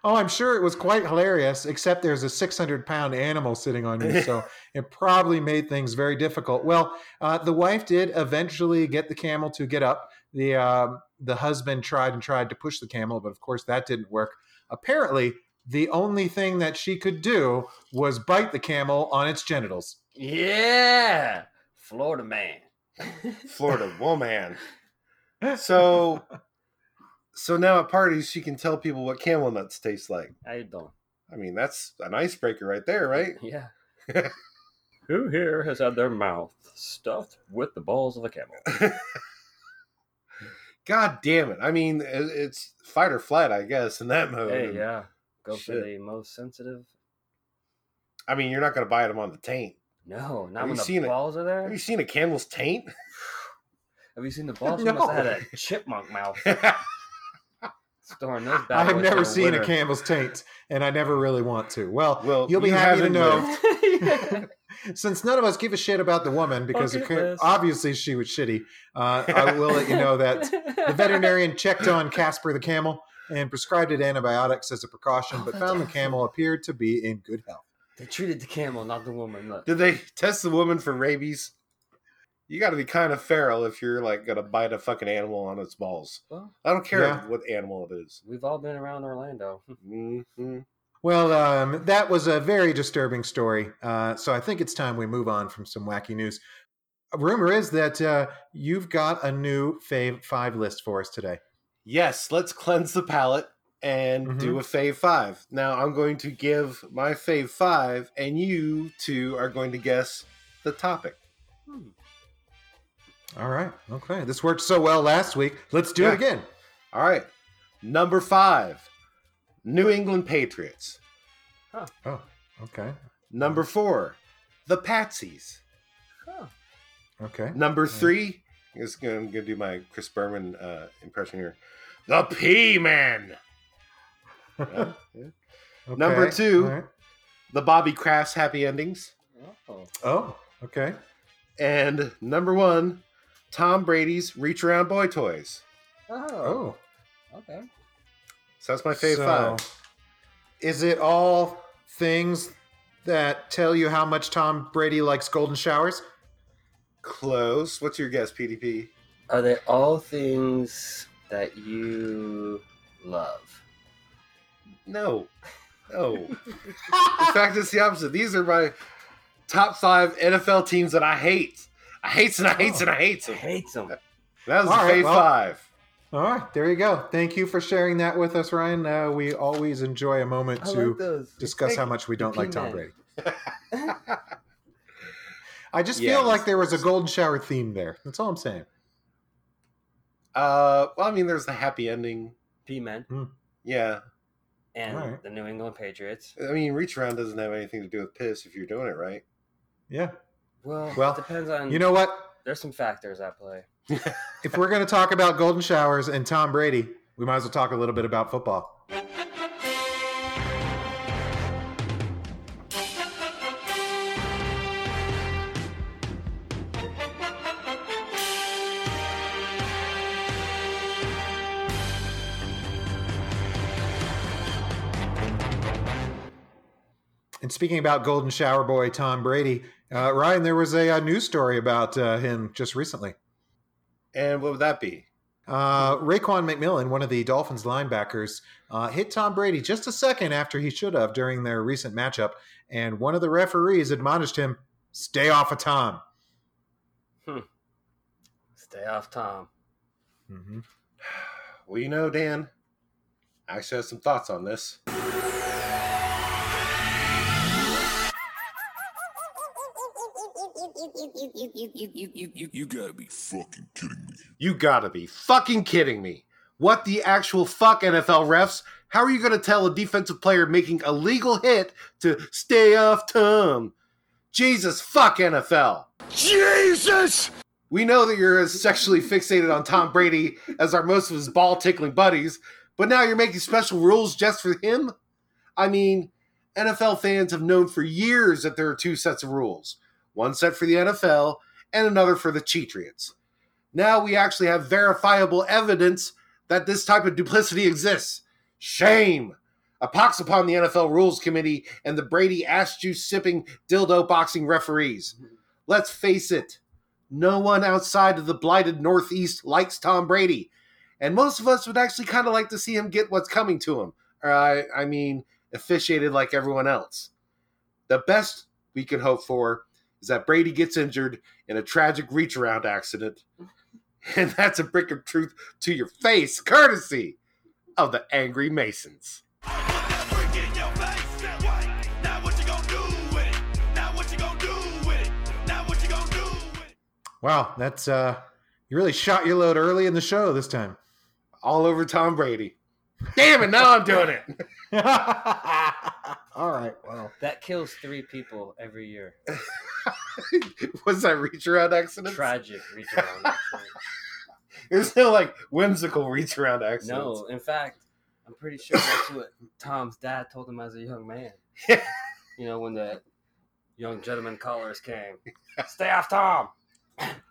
S4: Oh, I'm sure it was quite hilarious, except there's a 600 pound animal sitting on you. So it probably made things very difficult. Well, uh, the wife did eventually get the camel to get up. The, um the husband tried and tried to push the camel, but of course that didn't work. Apparently, the only thing that she could do was bite the camel on its genitals.
S3: yeah. Florida man.
S1: Florida woman. So, so now at parties she can tell people what camel nuts taste like.
S3: How you doing?
S1: I mean, that's an icebreaker right there, right?
S3: Yeah. Who here has had their mouth stuffed with the balls of a camel?
S1: God damn it! I mean, it- it's fight or flight, I guess, in that mode.
S3: Hey, yeah. Go
S1: Um, Shit.
S3: for the most sensitive.
S1: I mean, you're not gonna buy them on the taint.
S3: No, not
S1: Have you
S3: when the
S1: seen it?
S3: balls are there.
S1: Have you seen a camel's taint?
S3: Have you seen the balls?
S4: No.
S3: You must have had a chipmunk mouth storing those bad
S4: I have
S3: boys
S4: never
S3: till
S4: seen a
S3: winter.
S4: camel's taint, and I never really want to. Well,
S1: Well,
S4: you'll be
S1: you
S4: happy to
S1: haven't
S4: know
S1: lived.
S4: Since none of us give a shit about the woman because
S3: Bucket
S4: it could-
S3: list.
S4: obviously she was shitty, uh, I will let you know that the veterinarian checked on Casper the camel and prescribed it antibiotics as a precaution,
S3: Oh,
S4: but found the
S3: fantastic.
S4: camel appeared to be in good health.
S3: They treated the camel, not the woman. Look.
S1: Did they test the woman for rabies? You got to be kind of feral if you're like gonna bite a fucking animal on its balls.
S3: Well,
S1: I don't care
S4: Yeah.
S1: what animal it is.
S3: we've all been around Orlando.
S1: Mm-hmm.
S4: Well, um, that was a very disturbing story. Uh, so I think it's time we move on from some wacky news. Rumor is that uh, you've got a new fave five list for us today.
S1: Yes, let's cleanse the palate and do a fave five. Now I'm going to give my fave five, and you two are going to guess the topic.
S4: All right. Okay. This worked so well last week. Let's do
S1: Yeah.
S4: it again.
S1: All right, number five, New England Patriots.
S4: Oh, okay.
S1: Number four, the Patsies.
S3: Huh.
S4: Okay.
S1: Number three, I'm just gonna, I'm gonna do my Chris Berman uh, impression here. The P Man, Yeah, yeah.
S4: Okay.
S1: Number two.
S4: All right.
S1: the Bobby Crafts happy endings,
S3: Oh.
S4: Oh, okay.
S1: and number one, Tom Brady's reach around boy toys.
S3: Oh.
S4: Oh.
S3: Okay.
S1: So that's my fave
S4: So,
S1: five.
S4: Is it all things that tell you how much Tom Brady likes golden showers?
S1: Close. What's your guess, PDP?
S3: Are they all things that you love?
S1: No, no. In fact, it's the opposite. These are my top five NFL teams that I hate. I hates and I hates and I hates
S3: I
S1: them.
S3: hate
S4: uh,
S3: them.
S1: That was the
S4: Oh. All right,
S1: fave
S4: well-
S1: five.
S4: All right, there you go. Thank you for sharing that with us, Ryan. Uh, we always enjoy a moment
S3: I like
S4: to
S3: those.
S4: discuss
S3: Thank
S4: how
S3: you.
S4: much we don't like Tom
S3: P-Man.
S4: Brady. I just
S1: Yes.
S4: feel like there was a golden shower theme there. That's all I'm saying.
S1: Uh, well, I mean, there's the happy ending.
S3: P men
S1: Yeah,
S3: and
S4: Alright.
S3: the New England Patriots.
S1: I mean, reach around doesn't have anything to do with piss if you're doing it right.
S4: Yeah.
S3: Well,
S4: Well,
S3: it depends on
S4: You know what?
S3: There's some factors at play.
S4: If we're going to talk about golden showers and Tom Brady, we might as well talk a little bit about football. And speaking about golden shower boy Tom Brady, uh, Ryan, there was a, uh news story about uh, him just recently.
S1: And what would that be?
S4: Uh, Raquan McMillan, one of the Dolphins linebackers, uh, hit Tom Brady just a second after he should have during their recent matchup, and one of the referees admonished him, "Stay off of Tom."
S3: Stay off Tom.
S4: Mm-hmm.
S1: Well, you know, Dan, I actually have some thoughts on this.
S6: You gotta be fucking kidding me.
S1: You gotta be fucking kidding me. What the actual fuck, NFL refs? How are you gonna tell a defensive player making a legal hit to stay off Tom? Jesus fuck, NFL.
S6: Jesus!
S1: We know that you're as sexually fixated on Tom Brady as are most of his ball tickling buddies, but now you're making special rules just for him? I mean, NFL fans have known for years that there are two sets of rules one set for the NFL and another for the Cheatriots. Now we actually have verifiable evidence that this type of duplicity exists. Shame! A pox upon the NFL Rules Committee and the Brady ass juice sipping dildo boxing referees. Let's face it, no one outside of the blighted Northeast likes Tom Brady. And most of us would actually kind of like to see him get what's coming to him. Or I, I mean, officiated like everyone else. The best we could hope for is that Brady gets injured in a tragic reach around accident. And that's a brick of truth to your face, courtesy of the Angry Masons.
S4: Wow, that's uh, you really shot your load early in the show this time.
S1: All over Tom Brady. Damn it, now I'm doing it.
S4: all right, well,
S3: That kills three people every year.
S1: Was that reach around accident?
S3: Tragic reach around.
S1: There's no like whimsical reach around accidents.
S3: no, in fact, I'm pretty sure that's what Tom's dad told him as a young man. you know, when the young gentlemen callers came. Stay off Tom.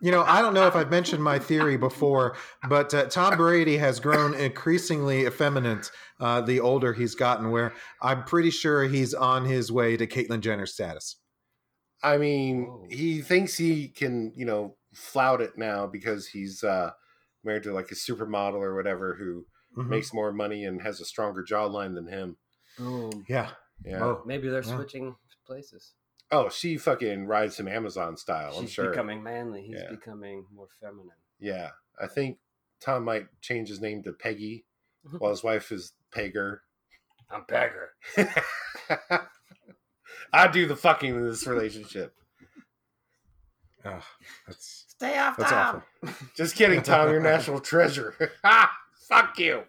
S4: You know, I don't know if I've mentioned my theory before, but uh, Tom Brady has grown increasingly effeminate uh, the older he's gotten, where I'm pretty sure he's on his way to Caitlyn Jenner status.
S1: I mean,
S3: Whoa.
S1: he thinks he can, you know, flout it now because he's uh, married to like a supermodel or whatever who
S4: Mhm.
S3: Mm-hmm.
S1: makes more money and has a stronger jawline than him.
S3: Boom.
S4: yeah.
S1: Yeah. Oh,
S4: Oh.
S3: Maybe they're
S4: Yeah.
S3: switching places.
S1: she fucking rides him Amazon style. Oh, I'm
S3: She's
S1: sure.
S3: becoming manly. He's
S1: Yeah.
S3: becoming more feminine.
S1: yeah, I think Tom might change his name to Peggy,
S3: Mm-hmm.
S1: while his wife is Pegger.
S3: I'm beggar.
S1: I do the fucking in this relationship.
S4: Ugh, that's
S3: Stay off
S4: that's
S3: Tom.
S4: awful.
S1: Just kidding, Tom. You're national treasure. Ha! Fuck you.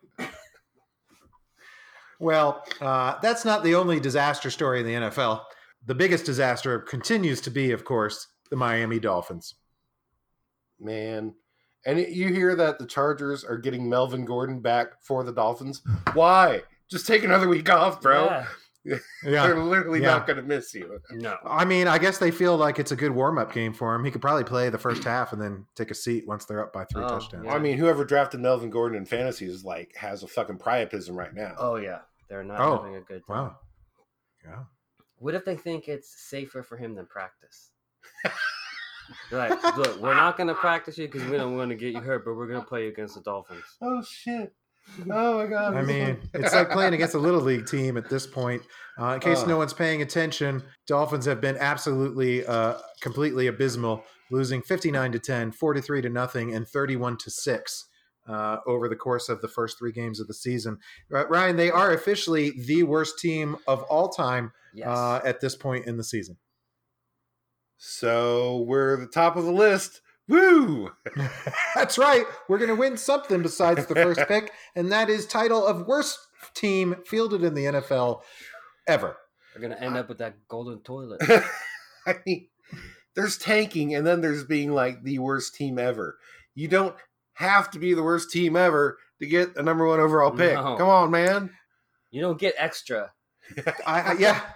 S4: Well, uh, that's not the only disaster story in the NFL. The biggest disaster continues to be, of course, the Miami Dolphins.
S1: man. And it- you hear that the Chargers are getting Melvin Gordon back for the Dolphins. Why? Just take another week off, bro.
S3: Yeah.
S4: Yeah.
S1: They're literally
S4: Yeah.
S1: not going to miss you.
S3: No.
S4: I mean, I guess they feel like it's a good warm up game for him. He could probably play the first half and then take a seat once they're up by three
S3: Oh,
S4: touchdowns.
S3: yeah.
S1: I mean, whoever drafted Melvin Gordon in fantasy is like has a fucking priapism right now.
S3: Oh yeah. They're not
S4: Oh,
S3: having a good time.
S4: Wow. Yeah.
S3: What if they think it's safer for him than practice? They're like, look, we're not going to practice you because we don't want to get you hurt, but we're going to play you against the Dolphins.
S1: Oh, shit. Oh my god.
S4: I mean, it's like playing against a little league team at this point. Uh, in case
S1: Ugh.
S4: no one's paying attention, Dolphins have been absolutely, uh, completely abysmal, losing 59 to 10, 43 to nothing, and 31 to 6 uh, over the course of the first three games of the season. Right, Ryan, they are officially the worst team of all time
S3: Yes.
S4: uh, at this point in the season.
S1: so we're the top of the list. Woo!
S4: That's right. We're going to win something besides the first pick, and that is title of worst team fielded in the NFL ever.
S3: They're going to end up with that golden toilet.
S1: I mean, there's tanking and then there's being like the worst team ever. You don't have to be the worst team ever to get a number one overall pick.
S3: No.
S1: Come on, man.
S3: You don't get extra.
S4: I, I yeah.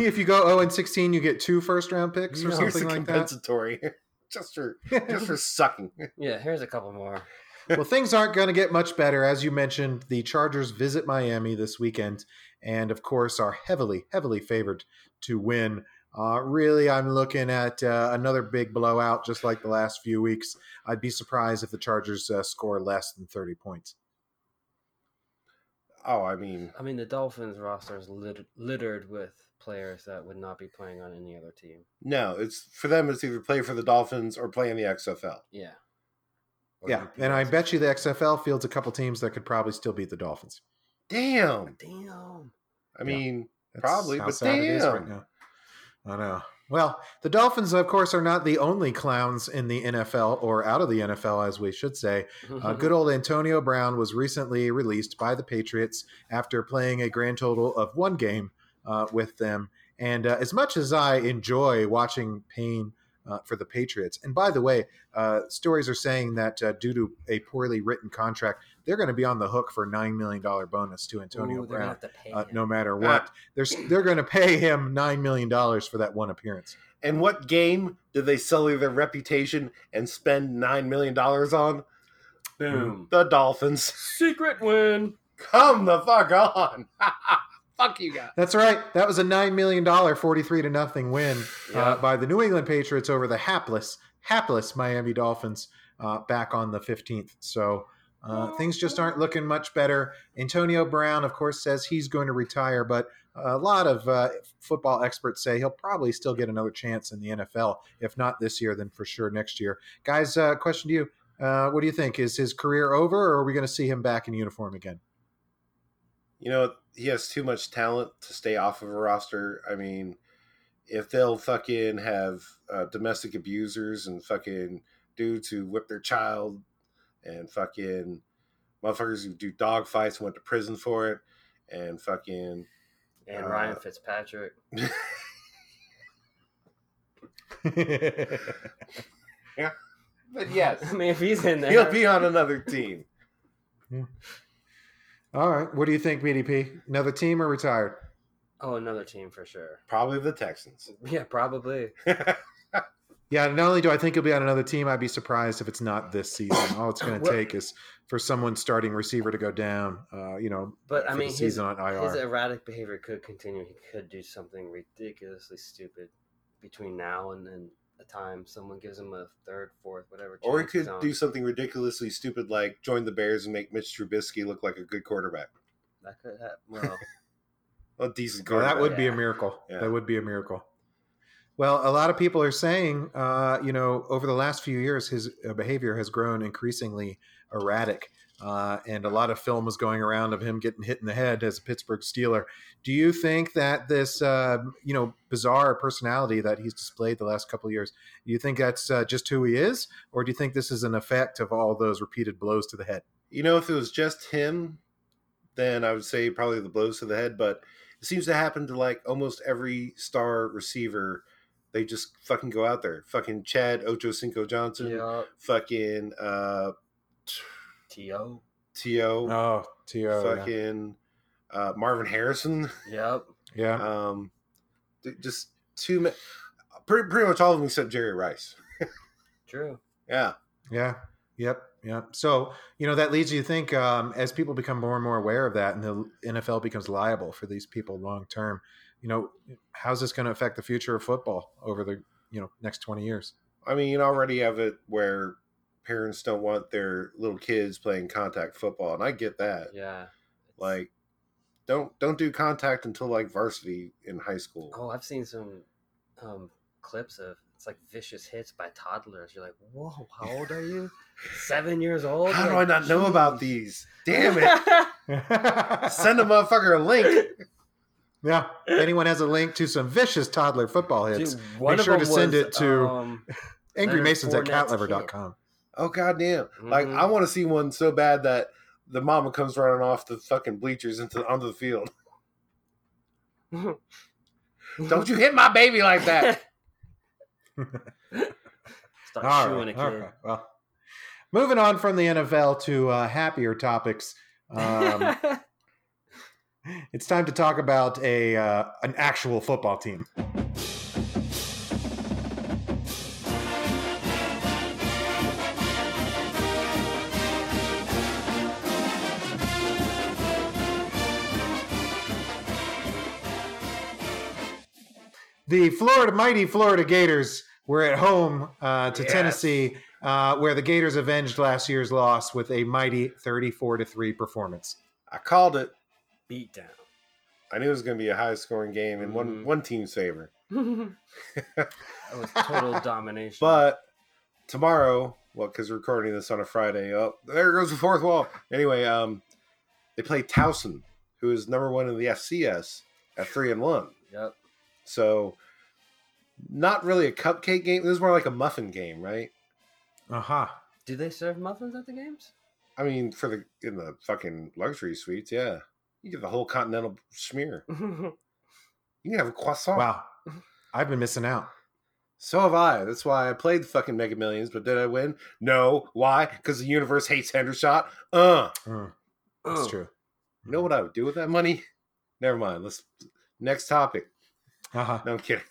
S4: If you go 0 and 16, you get two first round picks or
S1: Here's
S4: something
S1: the
S4: like that.
S1: compensatory. just for just for sucking.
S3: Yeah, here's a couple more.
S4: well, things aren't going to get much better. As you mentioned, the Chargers visit Miami this weekend and, of course, are heavily, heavily favored to win. Uh, really, I'm looking at uh, another big blowout just like the last few weeks. I'd be surprised if the Chargers uh, score less than 30 points.
S1: Oh, I mean,
S3: I mean, the Dolphins roster is lit- littered with players that would not be playing on any other team.
S1: no. It's for them. It's either play for the Dolphins or play in the XFL.
S3: Yeah. Or
S4: Yeah.
S3: UPS.
S4: And I bet you the XFL fields a couple teams that could probably still beat the Dolphins.
S1: Damn.
S3: Damn.
S1: I
S4: Yeah.
S1: mean,
S4: That's
S1: Probably,
S4: how
S1: but
S4: sad it is right
S1: damn.
S4: now. I know. Well, the Dolphins, of course, are not the only clowns in the NFL or out of the NFL, as we should say.
S3: Mm-hmm.
S4: Uh, good old Antonio Brown was recently released by the Patriots after playing a grand total of one game uh, with them. And uh, as much as I enjoy watching pain uh, for the Patriots, and by the way, uh, stories are saying that uh, due to a poorly written contract, they're going to be on the hook for $9 million bonus to Antonio
S3: Ooh, they're gonna
S4: Brown
S3: have to pay
S4: uh,
S3: him.
S4: no matter what. They're they're going to pay him nine million dollars for that one appearance.
S1: and what game did they sully their reputation and spend nine million dollars on?
S3: Boom.
S1: The Dolphins.
S3: Secret win.
S1: Come the fuck on. fuck you guys.
S4: That's right. That was a nine million dollar forty three to nothing win uh, by the New England Patriots over the hapless hapless Miami Dolphins uh, back on the fifteenth. So. Uh, things just aren't looking much better. Antonio Brown, of course, says he's going to retire, but a lot of uh, football experts say he'll probably still get another chance in the NFL. If not this year, then for sure next year. Guys, uh, question to you: Uh, what do you think? Is his career over, or are we going to see him back in uniform again?
S1: You know, he has too much talent to stay off of a roster. I mean, if they'll fucking have uh, domestic abusers and fucking dudes who whip their child and fucking motherfuckers who do dog fights and went to prison for it and fucking
S3: And
S1: Uh,
S3: Ryan Fitzpatrick.
S1: but yes
S3: I mean, if he's in there,
S1: he'll be on another team
S4: All right. What do you think, BDP? Another team or retired?
S3: Oh, another team for sure.
S1: Probably the Texans.
S3: Yeah, probably.
S4: Yeah, not only do I think he'll be on another team, I'd be surprised if it's not this season. All it's going to
S3: Well-
S4: take is for someone starting receiver to go down. Uh, you know,
S3: But I
S4: for
S3: mean,
S4: the
S3: his,
S4: season on IR.
S3: his erratic behavior could continue. He could do something ridiculously stupid between now and then. A time someone gives him a third, fourth, whatever.
S1: or he
S3: chance he's
S1: could
S3: on.
S1: do something ridiculously stupid like join the Bears and make Mitch Trubisky look like a good quarterback.
S3: that could happen. Well,
S1: A decent
S4: Well,
S1: quarterback.
S4: that would be a
S3: Yeah.
S4: miracle.
S1: Yeah.
S4: That would be a miracle. Well, a lot of people are saying, uh, you know, over the last few years, his uh, behavior has grown increasingly erratic. Uh, and a lot of film was going around of him getting hit in the head as a Pittsburgh Steeler. Do you think that this, uh, you know, bizarre personality that he's displayed the last couple of years, do you think that's uh, just who he is? Or do you think this is an effect of all those repeated blows to the head?
S1: You know, if it was just him, then I would say probably the blows to the head, but it seems to happen to like almost every star receiver. They just fucking go out there. Fucking Chad Ocho Cinco Johnson,
S3: yeah,
S1: fucking uh
S3: to
S1: T.O.,
S4: Oh, T.O. yeah.
S1: fucking uh, Marvin Harrison.
S3: yep.
S4: Yeah.
S1: Um, th- just too ma- pretty, pretty much all of them except Jerry Rice.
S3: True.
S1: Yeah.
S4: Yeah. Yep. Yep. So you know that leads you to think um, as people become more and more aware of that, and the NFL becomes liable for these people long term. You know, how's this going to affect the future of football over the you know next twenty years?
S1: I mean, you already have it where parents don't want their little kids playing contact football, and I get that.
S3: Yeah.
S1: Like, don't don't do contact until like varsity in high school.
S3: Oh, I've seen some um, clips of it's like vicious hits by toddlers. You're like, whoa, how old are you? Seven years old?
S1: How do I
S3: Like,
S1: not know about
S3: "Jeez."
S1: these? Damn it! Send a motherfucker a link.
S4: yeah. If anyone has a link to some vicious toddler football hits?
S3: Dude, one
S4: Make
S3: of
S4: sure
S3: them
S4: to send
S3: was,
S4: it to-
S3: um,
S4: Angry
S3: Leonard
S4: Masons at
S3: Fournette's
S4: catlever.com.
S1: Oh goddamn! Like,
S3: Mhm.
S1: I want to see one so bad that the mama comes running off the fucking bleachers into onto the field. Don't you hit my baby like that?
S3: Start
S4: All
S3: shooing
S4: right,
S3: a
S4: all
S3: kid.
S4: right. Well, moving on from the NFL to uh, happier topics. Um, It's time to talk about a uh, an actual football team. The Florida Mighty Florida Gators were at home uh, to
S1: Yes.
S4: Tennessee, uh, where the Gators avenged last year's loss with a mighty thirty-four to three performance.
S1: I called it.
S3: Beat down.
S1: I knew it was going to be a high scoring game in one
S3: Mhm.
S1: one team's favor.
S3: That was total domination.
S1: But tomorrow, well, because we're recording this on a Friday, oh, there goes the fourth wall. Anyway, um, they play Towson, who is number one in the FCS at three and one.
S3: yep.
S1: So, not really a cupcake game. This is more like a muffin game, right?
S4: Aha.
S3: Do they serve muffins at the games?
S1: I mean, for the in the fucking luxury suites, yeah, you get the whole continental smear. You can have a croissant.
S4: Wow. I've been missing out.
S1: So have I. That's why I played the fucking Mega Millions, but did I win? No. Why? Because the universe hates Hendershot. Uh.
S4: Mm, that's
S3: Oh,
S4: true.
S1: You know what I would do with that money? Never mind. Let's next topic.
S4: Uh-huh.
S1: No, I'm kidding.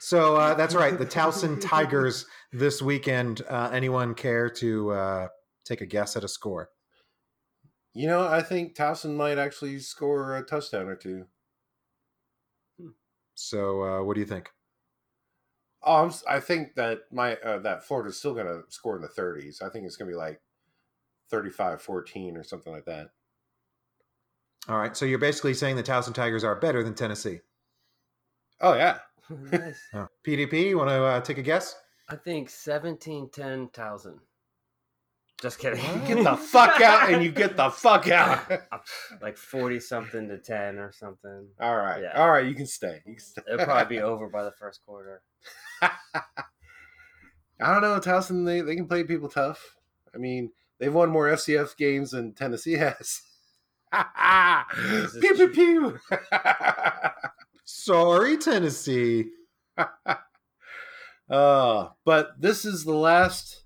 S4: So uh, that's right. The Towson Tigers this weekend. Uh, anyone care to uh, take a guess at a score?
S1: You know, I think Towson might actually score a touchdown or two.
S4: So uh, what do you think?
S1: Oh, I'm, si think that my uh, that Florida's still going to score in the 30s. I think it's going to be like 35-14 or something like that.
S4: All right. So you're basically saying the Towson Tigers are better than Tennessee.
S1: Oh yeah.
S3: nice.
S4: Oh. PDP, you want to uh, take a guess?
S3: I think 17, 10, 1000. Just kidding.
S1: Get the fuck out and you get the fuck out.
S3: like 40 something to 10 or something.
S1: All right.
S3: Yeah.
S1: All right, you can stay. You can stay.
S3: It'll probably be over by the first quarter.
S1: I don't know. Towson, they, they can play people tough. I mean, they've won more FCF games than Tennessee has.
S3: Is this
S1: pew, pew,
S3: true?
S1: pew.
S4: Sorry, Tennessee.
S1: uh, but this is the last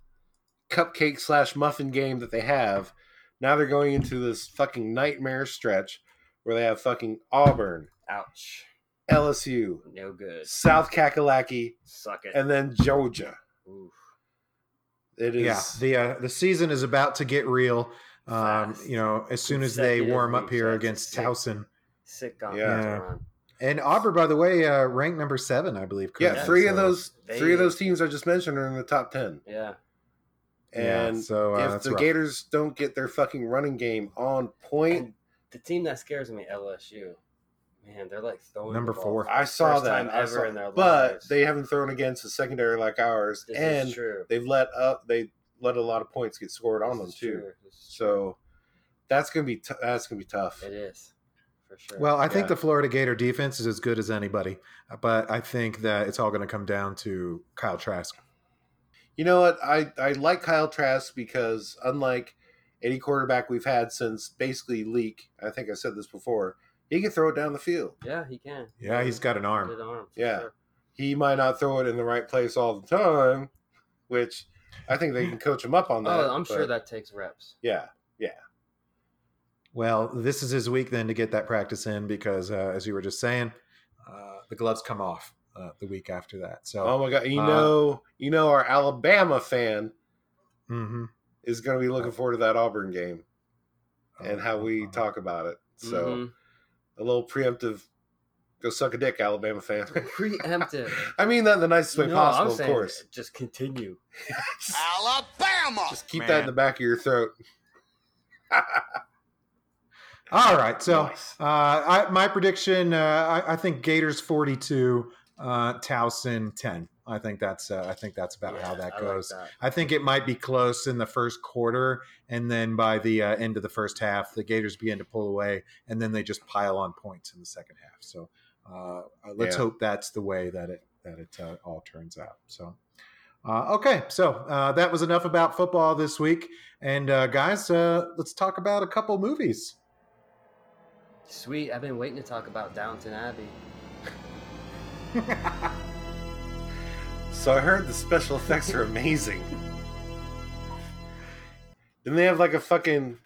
S1: cupcake slash muffin game that they have. Now they're going into this fucking nightmare stretch where they have fucking Auburn,
S3: Ouch.
S1: LSU,
S3: No good.
S1: South Kakalaki,
S3: Suck it.
S1: and then Georgia.
S3: Oof.
S1: It is
S4: Yeah, the uh, the season is about to get real. Um,
S3: Fast.
S4: you know, as soon as they
S3: Consecutive
S4: warm up
S3: weeks,
S4: here
S3: that's
S4: against
S3: sick.
S4: Towson
S3: Sick on
S1: Yeah.
S4: Yeah.
S3: run.
S4: and Auburn, by the way, uh, ranked number seven, I believe.
S1: yeah,
S4: currently,
S1: three of
S4: so-
S1: those
S3: they-
S1: three of those teams I just mentioned are in the top ten.
S3: Yeah.
S4: Yeah,
S1: And
S4: so uh,
S1: if
S4: that's
S1: the
S4: rough.
S1: Gators don't get their fucking running game on point,
S3: The team that scares me, LSU. Man, they're like throwing
S4: Number
S3: the ball.
S4: four.
S1: I saw
S3: First
S1: that.
S3: time
S1: I
S3: ever
S1: saw-
S3: in their
S1: but
S3: lives.
S1: they haven't thrown against a secondary like ours,
S3: This is
S1: and
S3: true.
S1: they've let up. They let a lot of points get scored on
S3: This
S1: them
S3: is
S1: too.
S3: true. This is
S1: So that's gonna be t- that's gonna be tough.
S3: true. It is for sure.
S4: Well, I think
S1: Yeah.
S4: the Florida Gator defense is as good as anybody, uh, but I think that it's all going to come down to Kyle Trask.
S1: You know what? I, I like Kyle Trask because unlike any quarterback we've had since basically Leak, I think I said this before, he can throw it down the field.
S3: yeah, he can.
S4: Yeah, he's got an arm.
S3: Good arm. for
S1: Yeah.
S3: sure.
S1: He might not throw it in the right place all the time, which I think they can coach him up on that.
S3: Oh, I'm sure
S1: but
S3: that takes reps.
S1: Yeah,
S4: Well, this is his week then to get that practice in because, uh, as you were just saying, uh, the gloves come off uh, the week after that.
S1: Oh
S4: So,
S1: my god! You
S4: Uh,
S1: know, you know, our Alabama fan
S4: Mhm.
S1: is going to be looking forward to that Auburn game and how we
S4: Uh, Uh-huh.
S1: talk about it. So
S3: Mhm.
S1: a little preemptive. Go suck a dick, Alabama fan.
S3: preemptive.
S1: I mean that in the nicest way
S3: No, I'm
S1: possible, of
S3: saying
S1: course.
S3: Just continue.
S6: Alabama!
S1: Just
S4: Ah,
S1: keep that in
S2: Man.
S1: the back of your throat.
S4: All right. So, uh, I, my prediction, uh, I, I think Gators 42, uh, Towson 10. I think that's uh, I think that's about
S3: Yeah,
S4: how that
S3: I like
S4: goes.
S3: that.
S4: I think it might be close in the first quarter, and then by the uh, end of the first half, the Gators begin to pull away, and then they just pile on points in the second half. So uh, let's
S1: Yeah.
S4: hope that's the way that it that it uh, all turns out. So uh, okay, so uh, that was enough about football this week, and uh, guys, uh, let's talk about a couple movies.
S3: Sweet. I've been waiting to talk about Downton Abbey.
S1: So I heard the special effects are amazing. didn't they have like a fucking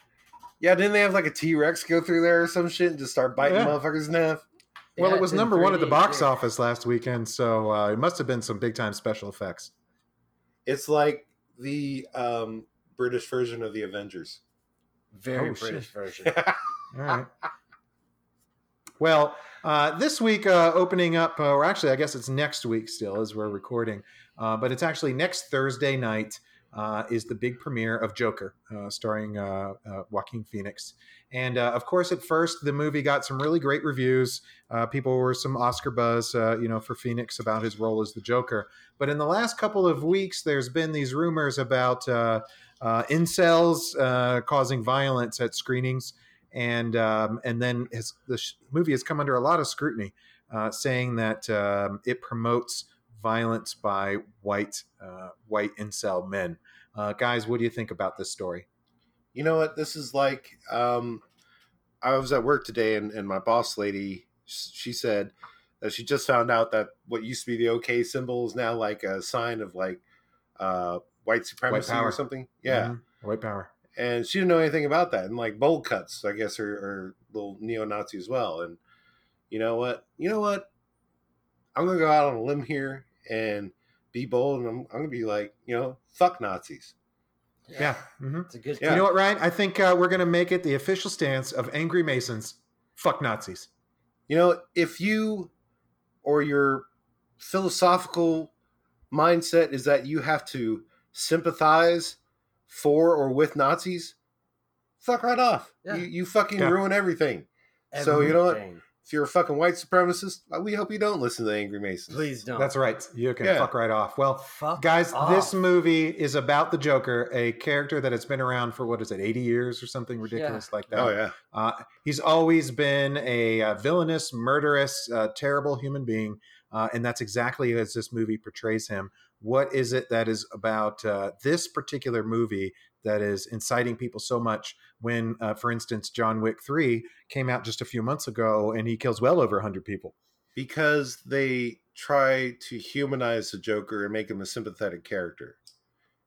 S1: yeah? Didn't they have like a T Rex go through there or some shit and just start biting
S4: Yeah.
S1: motherfuckers in half?
S3: They
S4: well,
S3: had
S4: it was
S3: in
S4: number one at the
S3: 3D,
S4: box
S3: yeah.
S4: office last weekend, so uh, it must have been some big time special effects.
S1: It's like the um, British version of the Avengers.
S3: Very
S4: Oh, shit.
S3: British version.
S4: All right. Well, uh, this week, uh, opening up, uh, or actually, I guess it's next week still as we're recording, uh, but it's actually next Thursday night uh, is the big premiere of Joker, uh, starring uh, uh, Joaquin Phoenix. And uh, of course, at first, the movie got some really great reviews. Uh, people were some Oscar buzz, uh, you know, for Phoenix about his role as the Joker. But in the last couple of weeks, there's been these rumors about uh, uh, incels uh, causing violence at screenings and um, and then his, the sh- movie has come under a lot of scrutiny, uh, saying that um, it promotes violence by white uh, white incel men. Uh, guys, what do you think about this story?
S1: you know what this is like um i was at work today and, and my boss lady sh- she said that she just found out that what used to be the okay symbol is now like a sign of like uh white supremacy or
S4: power.
S1: something yeah
S4: Mhm. white power.
S1: and she didn't know anything about that and like bowl cuts i guess are, are little neo-nazi as well and you know what you know what i'm gonna go out on a limb here and be bold and i'm, I'm gonna be like you know fuck nazis
S4: Yeah. hmm
S3: It's a good.
S1: Yeah.
S4: You know what, Ryan? I think uh, we're going to make it the official stance of angry Masons. Fuck Nazis.
S1: You know, if you or your philosophical mindset is that you have to sympathize for or with Nazis, fuck right off.
S3: Yeah.
S1: You, you fucking
S4: Yeah.
S1: ruin everything. So, you know what?
S3: Everything.
S1: If you're a fucking white supremacist, we hope you don't listen to the Angry Masons.
S3: Please don't.
S4: That's right. You can
S1: Yeah.
S4: fuck right off. Well,
S3: Oh. Fuck
S4: guys, this
S3: off.
S4: movie is about the Joker, a character that has been around for what is it, 80 years or something ridiculous like that.
S1: Oh yeah,
S4: Uh, he's always been a, uh villainous, murderous, uh, terrible human being, uh, and that's exactly as this movie portrays him. What is it that is about uh, this particular movie that is inciting people so much? When, uh, for instance, John Wick Three came out just a few months ago, and he kills well over hundred people.
S1: because they try to humanize the Joker and make him a sympathetic character,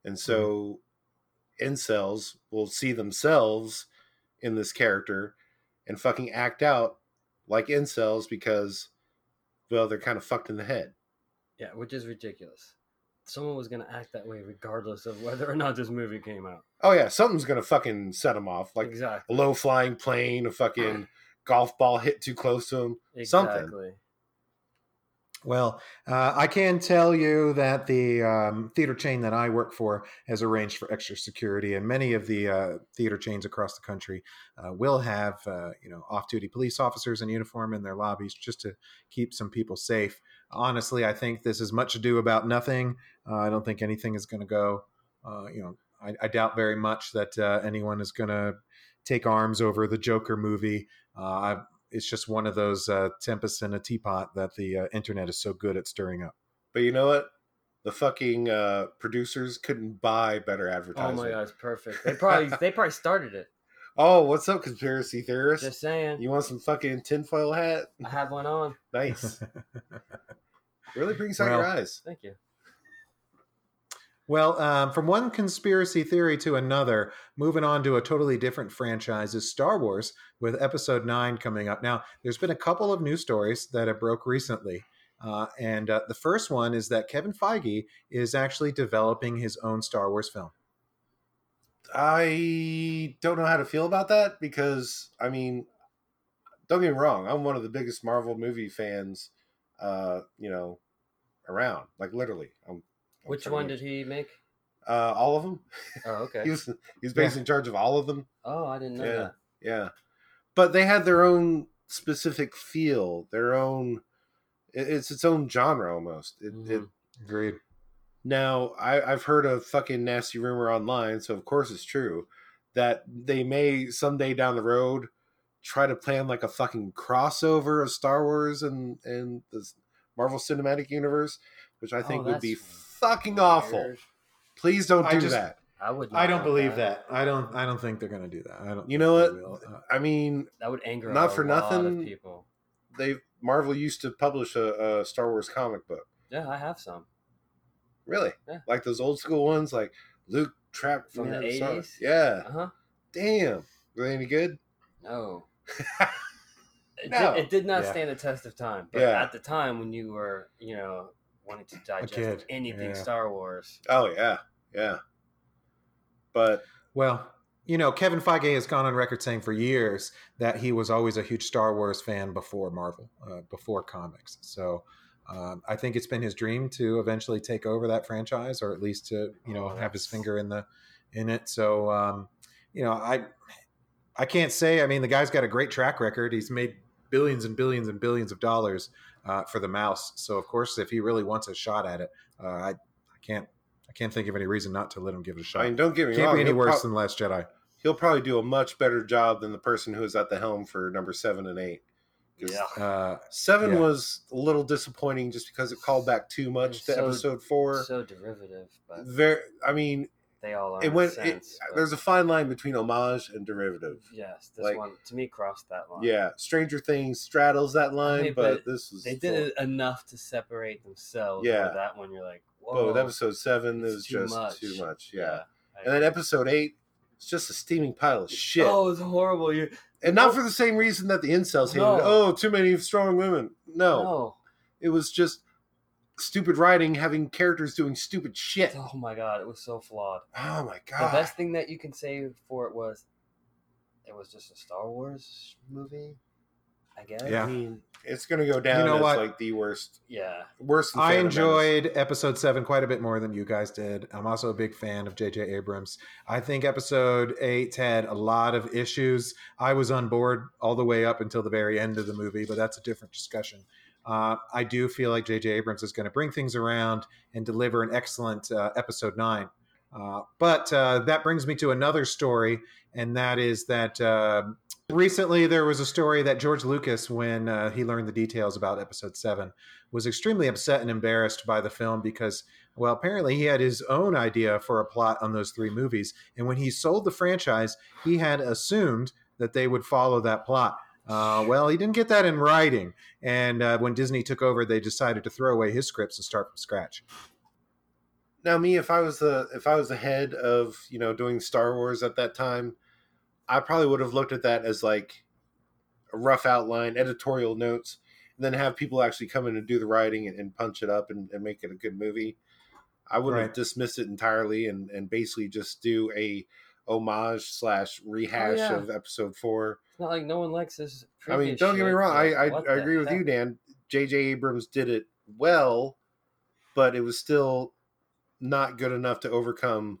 S1: and so incels will see themselves in this character and fucking act out like incels because, well, they're kind of fucked in the head.
S3: Yeah, which is ridiculous. Someone was going to act that way regardless of whether or not this movie came out.
S1: Oh yeah, something's gonna fucking set them off. Like a
S3: exactly.
S1: low flying plane, a fucking golf ball hit too close to them. something.
S3: Exactly.
S4: Well, uh, I can tell you that the um, theater chain that I work for has arranged for extra security, and many of the uh, theater chains across the country uh, will have, uh, you know, off-duty police officers in uniform in their lobbies just to keep some people safe. Honestly, I think this is much ado about nothing. Uh, I don't think anything is going to go. Uh, you know, I, I doubt very much that uh, anyone is going to take arms over the Joker movie. Uh, i it's just one of those uh, tempest in a teapot that the uh, internet is so good at stirring up.
S1: But you know what? The fucking uh, producers couldn't buy better
S3: Oh
S1: advertising.
S3: my god, it's perfect. They probably they probably started it.
S1: Oh, what's up, conspiracy theorists?
S3: Just saying.
S1: you want some fucking tinfoil hat?
S3: I have one on.
S1: Nice. really brings out your
S4: Well-
S1: eyes.
S3: Thank you.
S4: Well, um, from one conspiracy theory to another, moving on to a totally different franchise is Star Wars, with Episode 9 coming up. Now, there's been a couple of news stories that have broke recently. Uh, and uh, the first one is that Kevin Feige is actually developing his own Star Wars film.
S1: I don't know how to feel about that because I mean, don't get me wrong, I'm one of the biggest Marvel movie fans, uh, you know, around. Like literally, I'm. I'm
S3: Which
S1: fucking-
S3: one did he make?
S1: Uh, all of them.
S3: Oh, okay.
S1: He was he was basically in charge of all of them.
S3: oh, I didn't know
S1: Yeah.
S3: that.
S1: Yeah, but they had their own specific feel, their own. it- It's its own genre almost. It, it,
S3: Mhm.
S4: Agreed.
S1: now I, I've heard a fucking nasty rumor online, so of course it's true that they may someday down the road try to plan like a fucking crossover of Star Wars and and the s- Marvel Cinematic Universe, which I think would
S3: that's
S1: be fucking awful.
S3: weird.
S1: Please don't
S4: I
S1: do
S4: just-
S1: that.
S3: I would. not
S4: I don't
S3: like
S4: believe that. I don't. I don't think they're going to do that. I don't.
S1: You know
S4: think they
S1: what?
S4: will. Uh,
S1: I mean,
S3: That would anger
S1: Not
S3: a
S1: for
S3: lot of
S1: nothing.
S3: people.
S1: they Marvel used to publish a, a Star Wars comic book.
S3: Yeah, I have some.
S1: Really?
S3: Yeah.
S1: Like those old school ones, like Luke trapped
S3: From
S1: near
S3: the
S1: Star-
S3: 80s?
S1: Yeah.
S3: Uh huh.
S1: Damn. Were they any good?
S3: No. It,
S1: No.
S3: did, it did not
S4: Yeah.
S3: stand the test of time. But
S1: Yeah.
S3: at the time when you were, you know, wanting to digest
S4: kid,
S3: anything
S4: yeah.
S3: Star Wars,
S1: Oh yeah, yeah. But
S4: Well, you know, Kevin Feige has gone on record saying for years that he was always a huge Star Wars fan before Marvel, uh, before comics. So um, I think it's been his dream to eventually take over that franchise, or at least to you know
S3: Oh,
S4: have his
S3: that's-
S4: finger in the in it. So um, you know, I I can't say. I mean, the guy's got a great track record. He's made billions and billions and billions of dollars uh, for the mouse. So of course, if he really wants a shot at it, uh, I I can't I can't think of any reason not to let him give it a shot.
S1: I mean, don't get me
S4: Oh. Can't
S1: wrong.
S4: be any
S1: he'll
S4: worse
S1: prob-
S4: than Last Jedi.
S1: he'll probably do a much better job than the person who was at the helm for number seven and eight. 'Cause
S3: yeah.
S4: Uh,
S1: Seven
S4: Yeah.
S1: was a little disappointing just because it called back too much to
S3: So-
S1: episode four.
S3: So derivative, but
S1: Very, I mean,
S3: they all are.
S1: it
S3: in a
S1: went. It,
S3: sense, but-
S1: there's a fine line between homage and derivative.
S3: Yes, this
S1: like-
S3: one to me crossed that line.
S1: Yeah, Stranger Things straddles that line,
S3: mean,
S1: but,
S3: but
S1: this was
S3: they did
S1: full-
S3: it enough to separate themselves.
S1: Yeah.
S3: where that one you're like,
S1: But
S3: whoa,
S1: with episode seven,
S3: it's
S1: it was
S3: too
S1: just
S3: much.
S1: too much. Yeah.
S3: I
S1: and then
S3: agree.
S1: episode eight, it's just a steaming pile of shit.
S3: Oh, it's horrible. You
S1: And not for the same reason that the incels hated. it.
S3: No.
S1: Oh, too many strong women. No,
S3: no.
S1: it was just stupid writing, having characters doing stupid shit.
S3: Oh my god, it was so flawed.
S1: Oh my
S3: The
S1: god!
S3: best thing that you can say for it was it was just a Star Wars movie, I guess.
S1: I
S4: Yeah.
S1: mean, it's gonna go down
S4: You know
S1: as
S4: what?
S1: like the worst,
S3: Yeah.
S1: worst. Than
S4: I
S1: Phantom Menace.
S4: enjoyed episode seven quite a bit more than you guys did. I'm also a big fan of J.J. Abrams. I think episode eight had a lot of issues. I was on board all the way up until the very end of the movie, but that's a different discussion. Uh, I do feel like J.J. Abrams is going to bring things around and deliver an excellent uh, episode nine. Uh, but uh, that brings me to another story, and that is that uh, recently there was a story that George Lucas, when uh, he learned the details about episode seven, was extremely upset and embarrassed by the film because, well, apparently he had his own idea for a plot on those three movies. And when he sold the franchise, he had assumed that they would follow that plot. Uh, well, he didn't get that in writing. And uh, when Disney took over, they decided to throw away his scripts and start from scratch.
S1: Now, me, if I was the if I was the head of you know doing Star Wars at that time, I probably would have looked at that as like, a rough outline, editorial notes, and then have people actually come in and do the writing and, and punch it up and, and make it a good movie. I wouldn't
S4: Right.
S1: dismiss it entirely and, and basically just do a homage slash rehash
S3: yeah.
S1: of episode four.
S3: It's not like no one likes this.
S1: I mean,
S3: previous
S1: don't get me
S3: shit,
S1: wrong. I
S3: like,
S1: I,
S3: what
S1: I
S3: the
S1: agree with you,
S3: heck?
S1: Dan. J.J. Abrams did it well, but it was still not good enough to overcome,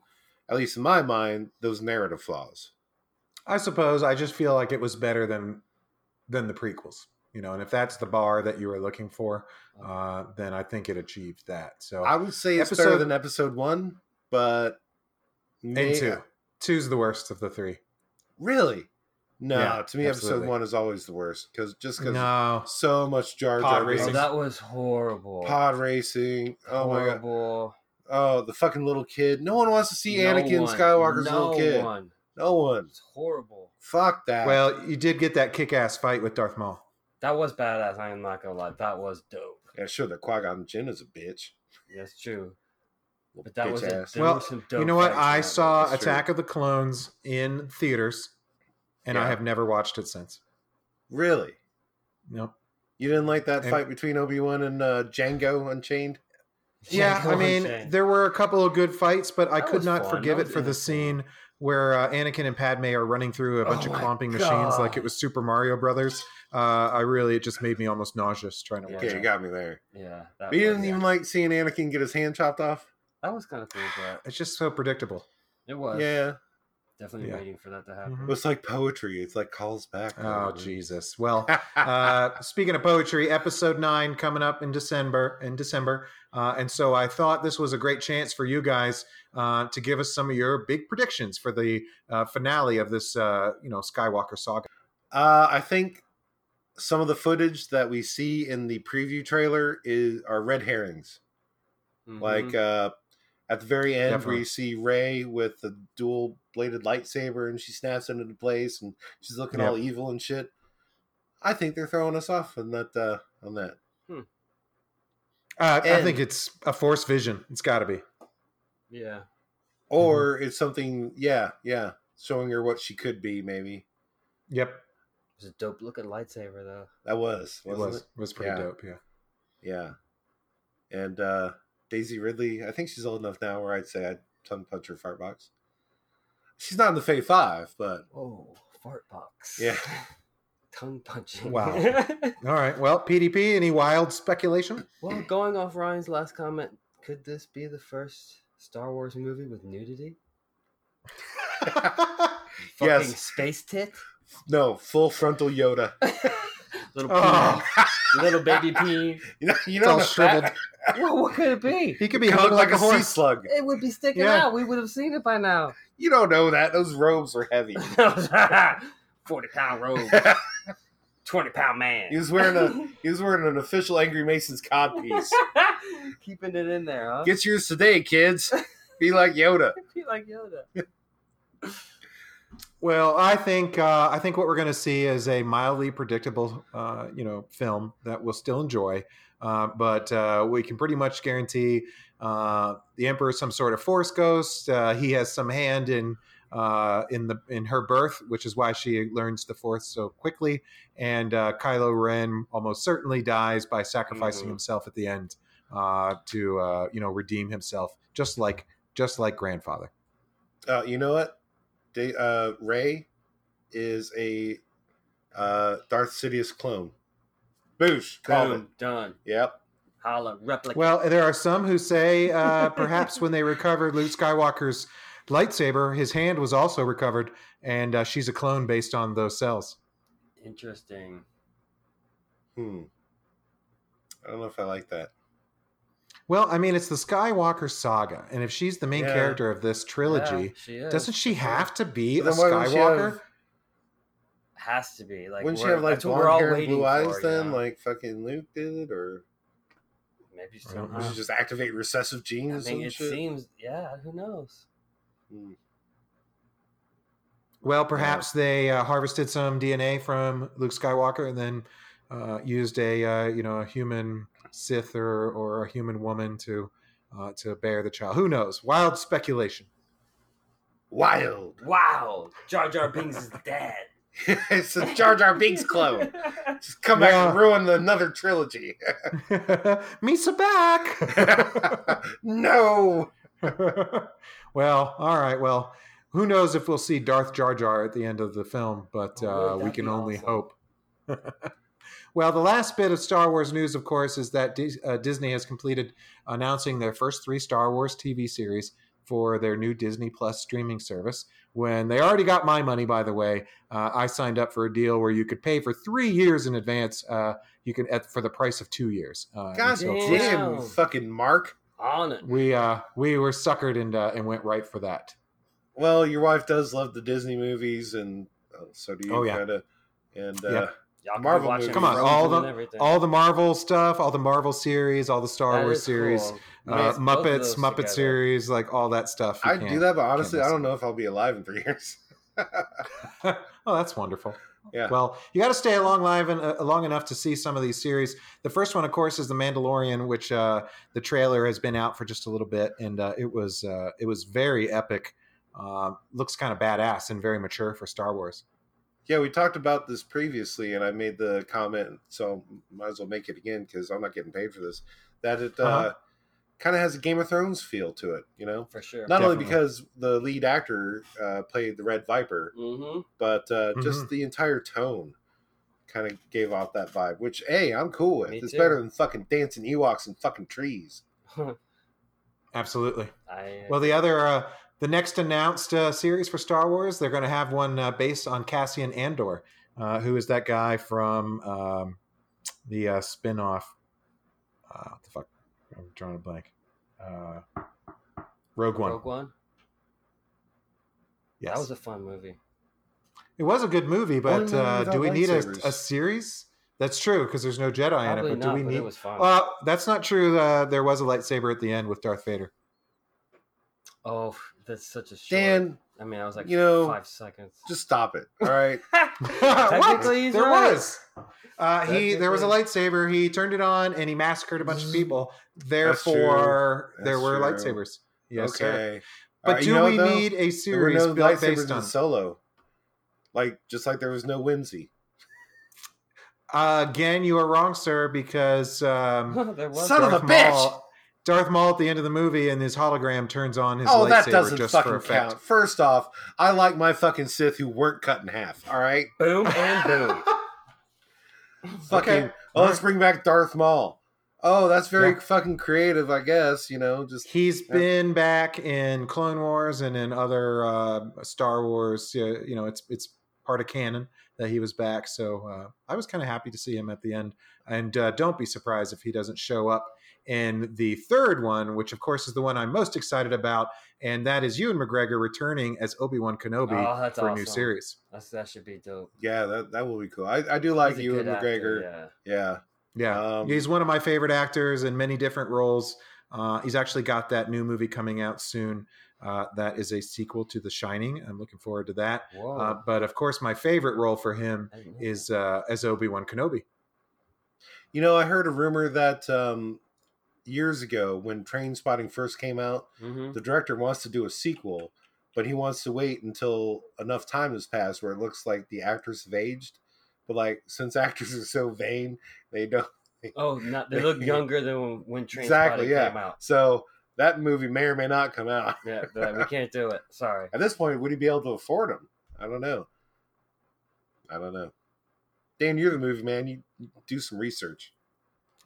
S1: at least in my mind, those narrative flaws.
S4: I suppose I just feel like it was better than than the prequels, you know. And if that's the bar that you were looking for, uh, then I think it achieved that. So
S1: I would say it's better
S4: Episode-
S1: than episode one, but may-
S4: and two, two's the worst of the three.
S1: Really? No,
S4: Yeah,
S1: to me,
S4: absolutely.
S1: episode one is always the worst because just because
S4: No,
S1: so much Jar
S4: Pod
S1: Jar
S3: Oh,
S4: racing.
S1: Binks-
S3: that was horrible.
S1: pod racing. Oh my god!
S3: horrible.
S1: Oh, the fucking little kid. No one wants to see
S3: No
S1: Anakin
S3: one.
S1: Skywalker's
S3: no
S1: little kid.
S3: One.
S1: No one.
S3: It's horrible.
S1: Fuck that.
S4: well, you did get that kick-ass fight with Darth Maul.
S3: That was badass. I am not gonna lie. That was dope.
S1: yeah, sure. The Qui Gon Jinn is a bitch.
S3: That's true. But that
S1: bitch
S3: was, a,
S1: ass.
S3: there
S4: Well,
S3: was some dope.
S4: You know what?
S3: fights in
S4: I
S3: that
S4: saw
S1: movie, it's
S4: Attack of the Clones in theaters, and I
S1: Yeah.
S4: have never watched it since.
S1: Really?
S4: Nope.
S1: You didn't like that
S4: And-
S1: fight between Obi Wan and uh, Django Unchained?
S3: movie.
S4: Yeah, I
S3: Go
S4: mean,
S3: Unchained.
S4: there were a couple of good fights, but I
S3: That
S4: could
S3: was
S4: not
S3: fun.
S4: forgive
S3: That
S4: it
S3: was
S4: for the
S3: entertaining.
S4: scene where uh, Anakin and Padme are running through a bunch
S3: Oh
S4: of
S3: my
S4: clomping machines like
S3: God.
S4: it was Super Mario Brothers. Uh, I really, it just made me almost nauseous trying to watch
S1: Okay, you
S4: it.
S1: got me there.
S3: yeah, that
S1: But you
S3: was,
S1: didn't even like seeing Anakin get his hand chopped off.
S3: that was kind of cool, but
S4: It's just so predictable.
S3: it was
S1: Yeah,
S3: definitely
S4: Yeah.
S3: waiting for that to happen.
S1: it was like poetry. It's like calls back.
S4: Oh, Jesus. Well, uh, speaking of poetry, episode nine coming up in December. In December, uh, and so I thought this was a great chance for you guys uh, to give us some of your big predictions for the uh, finale of this, uh, you know, Skywalker saga.
S1: Uh, I think some of the footage that we see in the preview trailer is are red herrings.
S3: Mhm.
S1: Like uh, at the very end, where
S4: Mm-hmm. Definitely.
S1: you see Ray with the dual bladed lightsaber, and she snaps it into place, and she's looking all evil and shit. I think they're throwing us off on that. Uh, on that,
S4: Uh, I
S1: And-
S4: think it's a Force vision. It's got to be.
S3: yeah,
S4: Mm-hmm.
S1: or it's something. Yeah, yeah, showing her what she could be. Maybe
S4: Yep,
S3: it was a dope looking lightsaber though.
S1: that was.
S4: it
S1: Wasn't
S4: was.
S1: it?
S4: It was pretty
S1: Yeah.
S4: dope. Yeah.
S1: Yeah. And uh, Daisy Ridley, I think she's old enough now where I'd say I'd tongue punch her fart box. She's not in the Fave Five, but
S3: Whoa, Oh, fart box.
S1: Yeah.
S3: tongue punching.
S4: Wow. All right. Well, PDP. Any wild speculation?
S3: well, going off Ryan's last comment, could this be the first Star Wars movie with nudity? Fucking
S1: Yes.
S3: space tit.
S1: no, full frontal Yoda.
S3: little
S4: Oh.
S3: peen. little baby peen.
S1: You know, you
S4: It's
S1: know
S4: all
S1: that-
S4: shriveled.
S3: Well, what could it be?
S4: He could be
S1: He
S4: hung
S1: looked
S4: like, a
S1: sea
S4: horse.
S1: slug.
S3: It would be sticking
S4: Yeah.
S3: out. We would have seen it by now.
S1: You don't know that. Those robes are heavy.
S3: Forty pound robe,
S1: he
S3: twenty pound man.
S1: He was wearing a- was wearing an official Angry Mason's codpiece.
S3: Keeping it in there, huh?
S1: Get yours today, kids. Be like Yoda.
S3: Be like Yoda.
S4: Well, I think uh, I think what we're going to see is a mildly predictable, uh, you know, film that we'll still enjoy, uh, but uh, we can pretty much guarantee uh, the Emperor is some sort of Force ghost. Uh, he has some hand in uh, in the in her birth, which is why she learns the Force so quickly. And uh, Kylo Ren almost certainly dies by sacrificing
S3: Mhm.
S4: himself at the end uh, to uh, you know redeem himself, just like just like grandfather.
S1: Uh, you know what? They, uh, Ray is a uh, Darth Sidious clone. Boosh, call it.
S3: Boom, done.
S1: Yep.
S3: Holla, replica.
S4: Well, there are some who say uh, perhaps when they recovered Luke Skywalker's lightsaber, his hand was also recovered, and uh, she's a clone based on those cells.
S3: Interesting.
S1: Hmm. I don't know if I like that.
S4: Well, I mean, it's the Skywalker saga, and if she's the main
S1: Yeah.
S4: character of this
S3: Yeah,
S4: trilogy,
S3: she is.
S4: doesn't she have to
S1: But
S4: be a
S1: then why wouldn't she have-
S4: Skywalker?
S3: Has to be like.
S1: Wouldn't she
S3: we're-
S1: have like
S3: that's what we're
S1: blonde
S3: all
S1: hair and
S3: waiting
S1: blue
S3: for,
S1: eyes
S3: you
S1: then,
S3: know?
S1: like fucking Luke did, or
S3: maybe
S4: I
S3: she
S4: don't
S1: would
S4: know.
S1: she just activate recessive
S3: I
S1: genes
S3: think
S1: and
S3: it
S1: shit?
S3: seems. Yeah, who knows?
S1: Hmm.
S4: Well, perhaps they uh, harvested some DNA from Luke Skywalker and then uh, used a uh, you know a human Sith or or a human woman to uh, to bear the child. Who knows? Wild speculation.
S1: Wild.
S3: Wow, Jar Jar Binks is dead.
S1: it's a Jar Jar Binks clone. Just come back and
S4: Yeah.
S1: ruin the- another trilogy.
S4: Misa back.
S1: no.
S4: well, all right. Well, who knows if we'll see Darth Jar Jar at the end of the film, but
S3: Oh, would
S4: uh,
S3: that
S4: we can
S3: be
S4: only
S3: awesome.
S4: hope. well, the last bit of Star Wars news, of course, is that Dis- uh, Disney has completed announcing their first three Star Wars TV series for their new Disney Plus streaming service. When they already got my money, by the way, uh, I signed up for a deal where you could pay for three years in advance. Uh, you can at, for the price of two years. Uh, and
S1: God
S4: so, of course,
S1: damn, you fucking Mark.
S3: On it.
S4: we uh we were suckered and uh, and went right for that.
S1: Well, your wife does love the Disney movies, and uh, so do you,
S4: Oh, yeah.
S1: kind of. And uh,
S4: Yeah.
S3: Y'all can
S1: Marvel
S3: be watching
S1: movies.
S4: Come on,
S3: Frozen
S4: all the-
S3: and everything.
S4: All the Marvel stuff, all the Marvel series, all the Star
S3: That
S4: Wars
S3: is
S4: series,
S3: cool.
S4: uh,
S3: Mix both of
S4: Muppets,
S3: those
S4: Muppet
S3: together.
S4: series, like all that stuff. you
S1: I'd do
S4: can't-
S1: that, but honestly,
S4: miss
S1: I don't
S4: it.
S1: know if I'll be alive in three years.
S4: oh, that's wonderful.
S1: Yeah.
S4: Well, you got to stay along live and uh, long enough to see some of these series. The first one, of course, is The Mandalorian, which uh, the trailer has been out for just a little bit, and uh, it was uh, it was very epic. Uh, looks kind of badass and very mature for Star Wars.
S1: yeah, we talked about this previously, and I made the comment, so might as well make it again because I'm not getting paid for this. That it uh,
S4: Uh-huh.
S1: kind of has a Game of Thrones feel to it, you know.
S3: for sure.
S1: Not only
S4: Definitely.
S1: because the lead actor uh, played the Red Viper,
S3: hmm
S1: but uh,
S4: Mm-hmm.
S1: just the entire tone kind of gave off that vibe. Which, hey, I'm cool with.
S3: Me
S1: it's
S3: too.
S1: better than fucking dancing Ewoks and fucking trees.
S4: Absolutely.
S3: I
S4: Well, the other, uh, the next announced uh, series for Star Wars, they're going to have one uh, based on Cassian Andor, uh, who is that guy from um, the uh, spin off. Uh, what the fuck? I'm drawing a blank. Uh, Rogue One.
S3: Rogue One.
S4: Yes.
S3: That was a fun movie.
S4: it was a good movie, but
S1: Only one
S4: uh,
S1: without
S4: do we need a,
S1: lightsabers.
S4: a series? That's true, because there's no Jedi in it,
S3: Probably
S4: but
S3: not,
S4: do we
S3: but
S4: need.
S3: it was fun.
S4: uh, that's not true. Uh, there was a lightsaber at the end with Darth Vader.
S3: oh, that's such a short.
S1: Dan,
S3: I mean, I was like,
S1: you know,
S3: five seconds.
S1: just stop it. All right.
S4: what?
S3: Technically, he's
S4: There
S3: right.
S4: was. Uh, he there was a lightsaber. He turned it on and he massacred a bunch of people. Therefore,
S1: Mm. true.
S4: there
S1: That's
S4: were
S1: true.
S4: lightsabers. Yes, sir.
S1: okay.
S4: But
S1: Alright,
S4: do
S1: you know
S4: we
S1: what, though?
S4: need
S1: There were
S4: a series
S1: no
S4: built
S1: lightsabers
S4: based
S1: in
S4: on?
S1: Solo. Like just like there was no whimsy.
S4: Uh, again, you are wrong, sir, because um,
S3: there was.
S1: Son of
S4: Darth
S1: a bitch!
S4: Maul- Darth Maul at the end of the movie and his hologram turns on his
S1: oh,
S4: lightsaber
S1: that doesn't
S4: just for
S1: fucking
S4: effect.
S1: count. First off, I like my fucking Sith who weren't cut in half. All right.
S3: boom and boom.
S1: Fucking.
S4: Okay.
S1: Oh, let's bring back Darth Maul. Oh, that's very
S4: Yeah.
S1: fucking creative, I guess. You know, just
S4: He's
S1: Yeah.
S4: been back in Clone Wars and in other uh, Star Wars. Uh, you know, it's it's part of canon that he was back. So uh, I was kind of happy to see him at the end. And uh, don't be surprised if he doesn't show up in the third one, which of course is the one I'm most excited about, and that is Ewan McGregor returning as Obi Wan Kenobi
S3: Oh, that's
S4: for a new
S3: awesome.
S4: series.
S3: That's, that should be dope.
S1: yeah, that, that will be cool. I, I do like
S3: He's a
S1: you and
S3: good actor,
S1: McGregor. yeah.
S4: Yeah,
S1: Um,
S4: he's one of my favorite actors in many different roles. Uh, he's actually got that new movie coming out soon. Uh, that is a sequel to The Shining. I'm looking forward to that.
S3: yeah. Whoa.
S4: Uh, but of course, my favorite role for him
S3: I didn't know
S4: is uh, as Obi Wan Kenobi.
S1: You know, I heard a rumor that um, years ago when Train Spotting first came out,
S3: that. Mhm.
S1: the director wants to do a sequel, but he wants to wait until enough time has passed where it looks like the actors have aged. But like, since actors are so vain, they don't
S3: Oh, not, they look younger than when, when Train
S1: exactly. Yeah.
S3: came out.
S1: So that movie may or may not come out.
S3: Yeah, they're like, we can't do it. Sorry.
S1: At this point, would he be able to afford them? I don't know. I don't know. Dan, you're the movie man. You you do some research.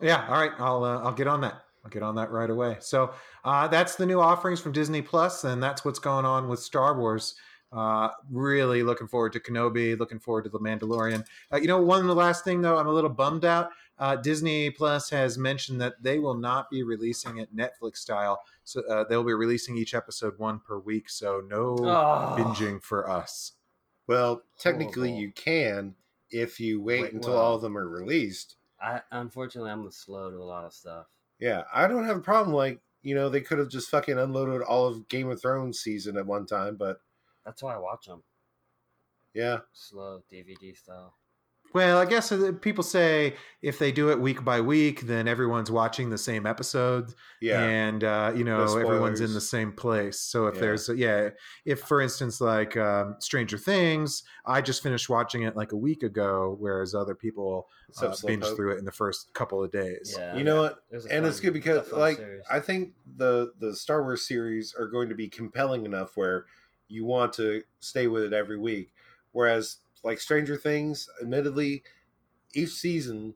S4: Yeah, all right, I'll uh, I'll get on that. I'll get on that right away. So uh, that's the new offerings from Disney Plus, and that's what's going on with Star Wars. Uh, really looking forward to Kenobi. Looking forward to the Mandalorian. Uh, you know, one last thing though, I'm a little bummed out. Uh, Disney Plus has mentioned that they will not be releasing it Netflix style. So uh, they'll be releasing each episode one per week. So no
S3: Oh.
S4: binging for us.
S1: Well, technically,
S3: Horrible.
S1: you can if you wait,
S3: Wait,
S1: until
S3: well.
S1: all of them are released.
S3: I unfortunately I'm slow to a lot of stuff.
S1: Yeah, I don't have a problem. Like, you know, they could have just fucking unloaded all of Game of Thrones season at one time, but
S3: That's why I watch them
S1: yeah,
S3: slow DVD style.
S4: Well, I guess uh, people say if they do it week by week, then everyone's watching the same episode,
S1: Yeah.
S4: and uh, you know
S1: No
S4: everyone's in
S1: spoilers.
S4: the same place. So if
S1: Yeah.
S4: there's yeah, if for instance like um, Stranger Things, I just finished watching it like a week ago, whereas other people
S1: What's up,
S4: uh, binge
S1: Slowpoke?
S4: through it in the first couple of days.
S3: Yeah,
S1: You know what?
S3: it was a
S1: and it's
S3: fun-
S1: good because
S3: a fun
S1: like
S3: series.
S1: i think the the star wars series are going to be compelling enough where you want to stay with it every week whereas like stranger things admittedly each season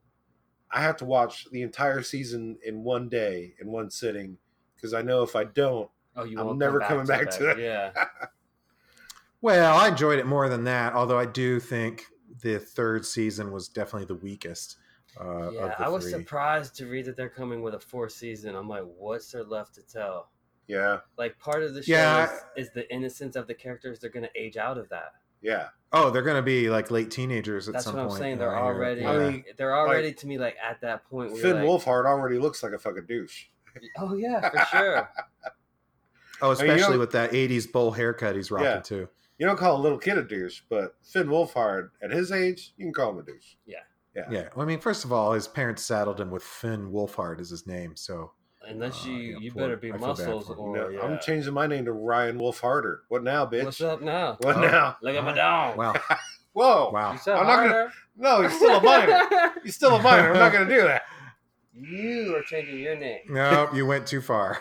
S1: i have to watch the entire season in one day in one sitting because i know if i don't
S3: oh, you
S1: I'm
S3: won't come
S1: never coming back
S3: that.
S1: to it.
S3: Yeah,
S4: Well, I enjoyed it more than that, although I do think the third season was definitely the weakest. Uh,
S3: yeah.
S4: of the
S3: I was
S4: three.
S3: surprised to read that they're coming with a fourth season. I'm like, what's there left to tell?
S1: yeah
S3: Like part of the show
S4: Yeah,
S3: is, is the innocence of the characters. They're going to age out of that.
S1: yeah
S4: Oh, they're going to be like late teenagers at
S3: That's
S4: some
S3: what
S4: point.
S3: I'm saying. They're
S4: uh,
S3: already
S4: yeah.
S1: I mean,
S3: they're already to me like at that point. Where you're
S1: finn
S3: like,
S1: wolfhard already looks like a fucking douche
S3: Oh yeah, for sure.
S1: mean,
S4: oh,
S1: you
S4: especially
S1: don't-
S4: with that '80s bowl haircut he's rocking
S1: Yeah.
S4: too.
S1: you don't call a little kid a douche but finn wolfhard at his age you can call him a douche
S4: Yeah. Well, I mean, first of all, his parents saddled him with Finn Wolfhard as his name, so
S3: Unless
S4: Uh,
S3: you
S4: yeah,
S3: you
S4: poor-
S3: better be
S4: I feel bad
S3: muscles
S4: for him.
S3: or
S1: No,
S3: Oh, yeah.
S1: I'm changing my name to Ryan Wolf Harder. What now, bitch?
S3: What's up now?
S1: What
S4: Oh.
S1: now?
S3: Look at my dog.
S4: wow,
S1: Whoa!
S4: wow.
S3: so
S1: I'm not gonna-
S3: harder.
S1: No, he's still a minor. He's still a minor. I'm not gonna do that.
S3: you are changing your name.
S4: Nope, you went too far.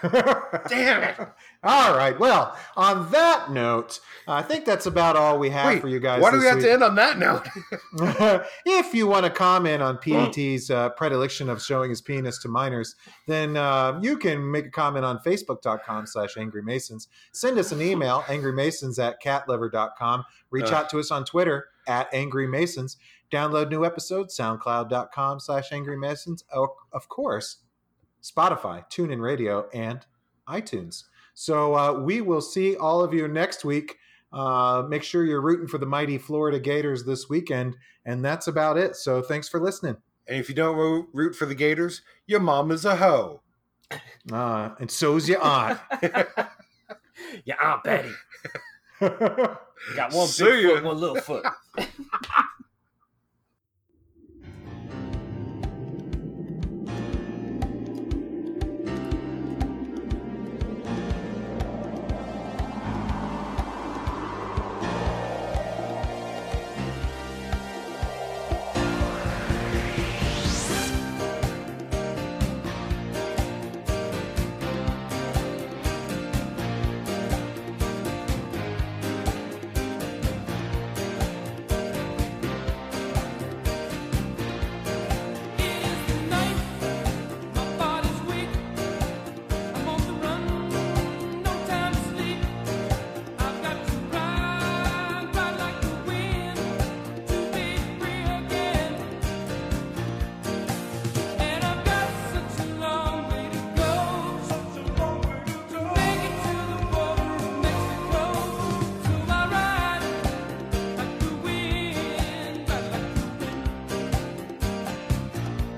S1: Damn it.
S4: All right. Well, on that note, I think that's about all we have
S1: Wait,
S4: for you guys.
S1: Why do
S4: this
S1: we have
S4: week.
S1: to end on that note?
S4: if you want to comment on PET's uh, predilection of showing his penis to minors, then uh, you can make a comment on facebook.com slash angry masons. Send us an email, angrymasons at catlover.com. Reach
S1: Uh.
S4: out to us on Twitter at angry masons. Download new episodes, soundcloud.com slash angry masons. Oh, of course, Spotify, TuneIn Radio, and iTunes. So uh, we will see all of you next week. Uh, make sure you're rooting for the mighty Florida Gators this weekend. And that's about it. So thanks for listening.
S1: And if you don't ro- root for the Gators, your mom is a hoe.
S4: Uh, and so's your aunt.
S3: Yeah, Aunt Betty. Got one
S1: See
S3: big
S1: ya.
S3: foot, one little foot.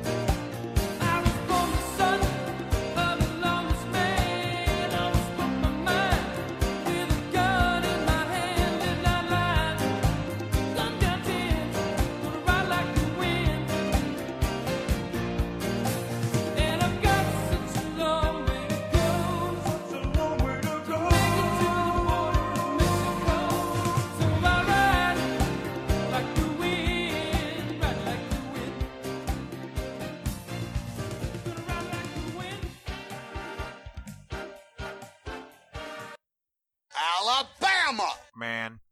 S7: I was born the son of the longest man. I was from my mind with a gun in my hand and I lied. Gun down ten, gonna ride like the wind. And I've got such a long way to go, such a long way to go. Make it to the border of Mexico, so I ride like the wind, ride like the wind. Gonna ride like the wind.
S6: Alabama!
S2: Man.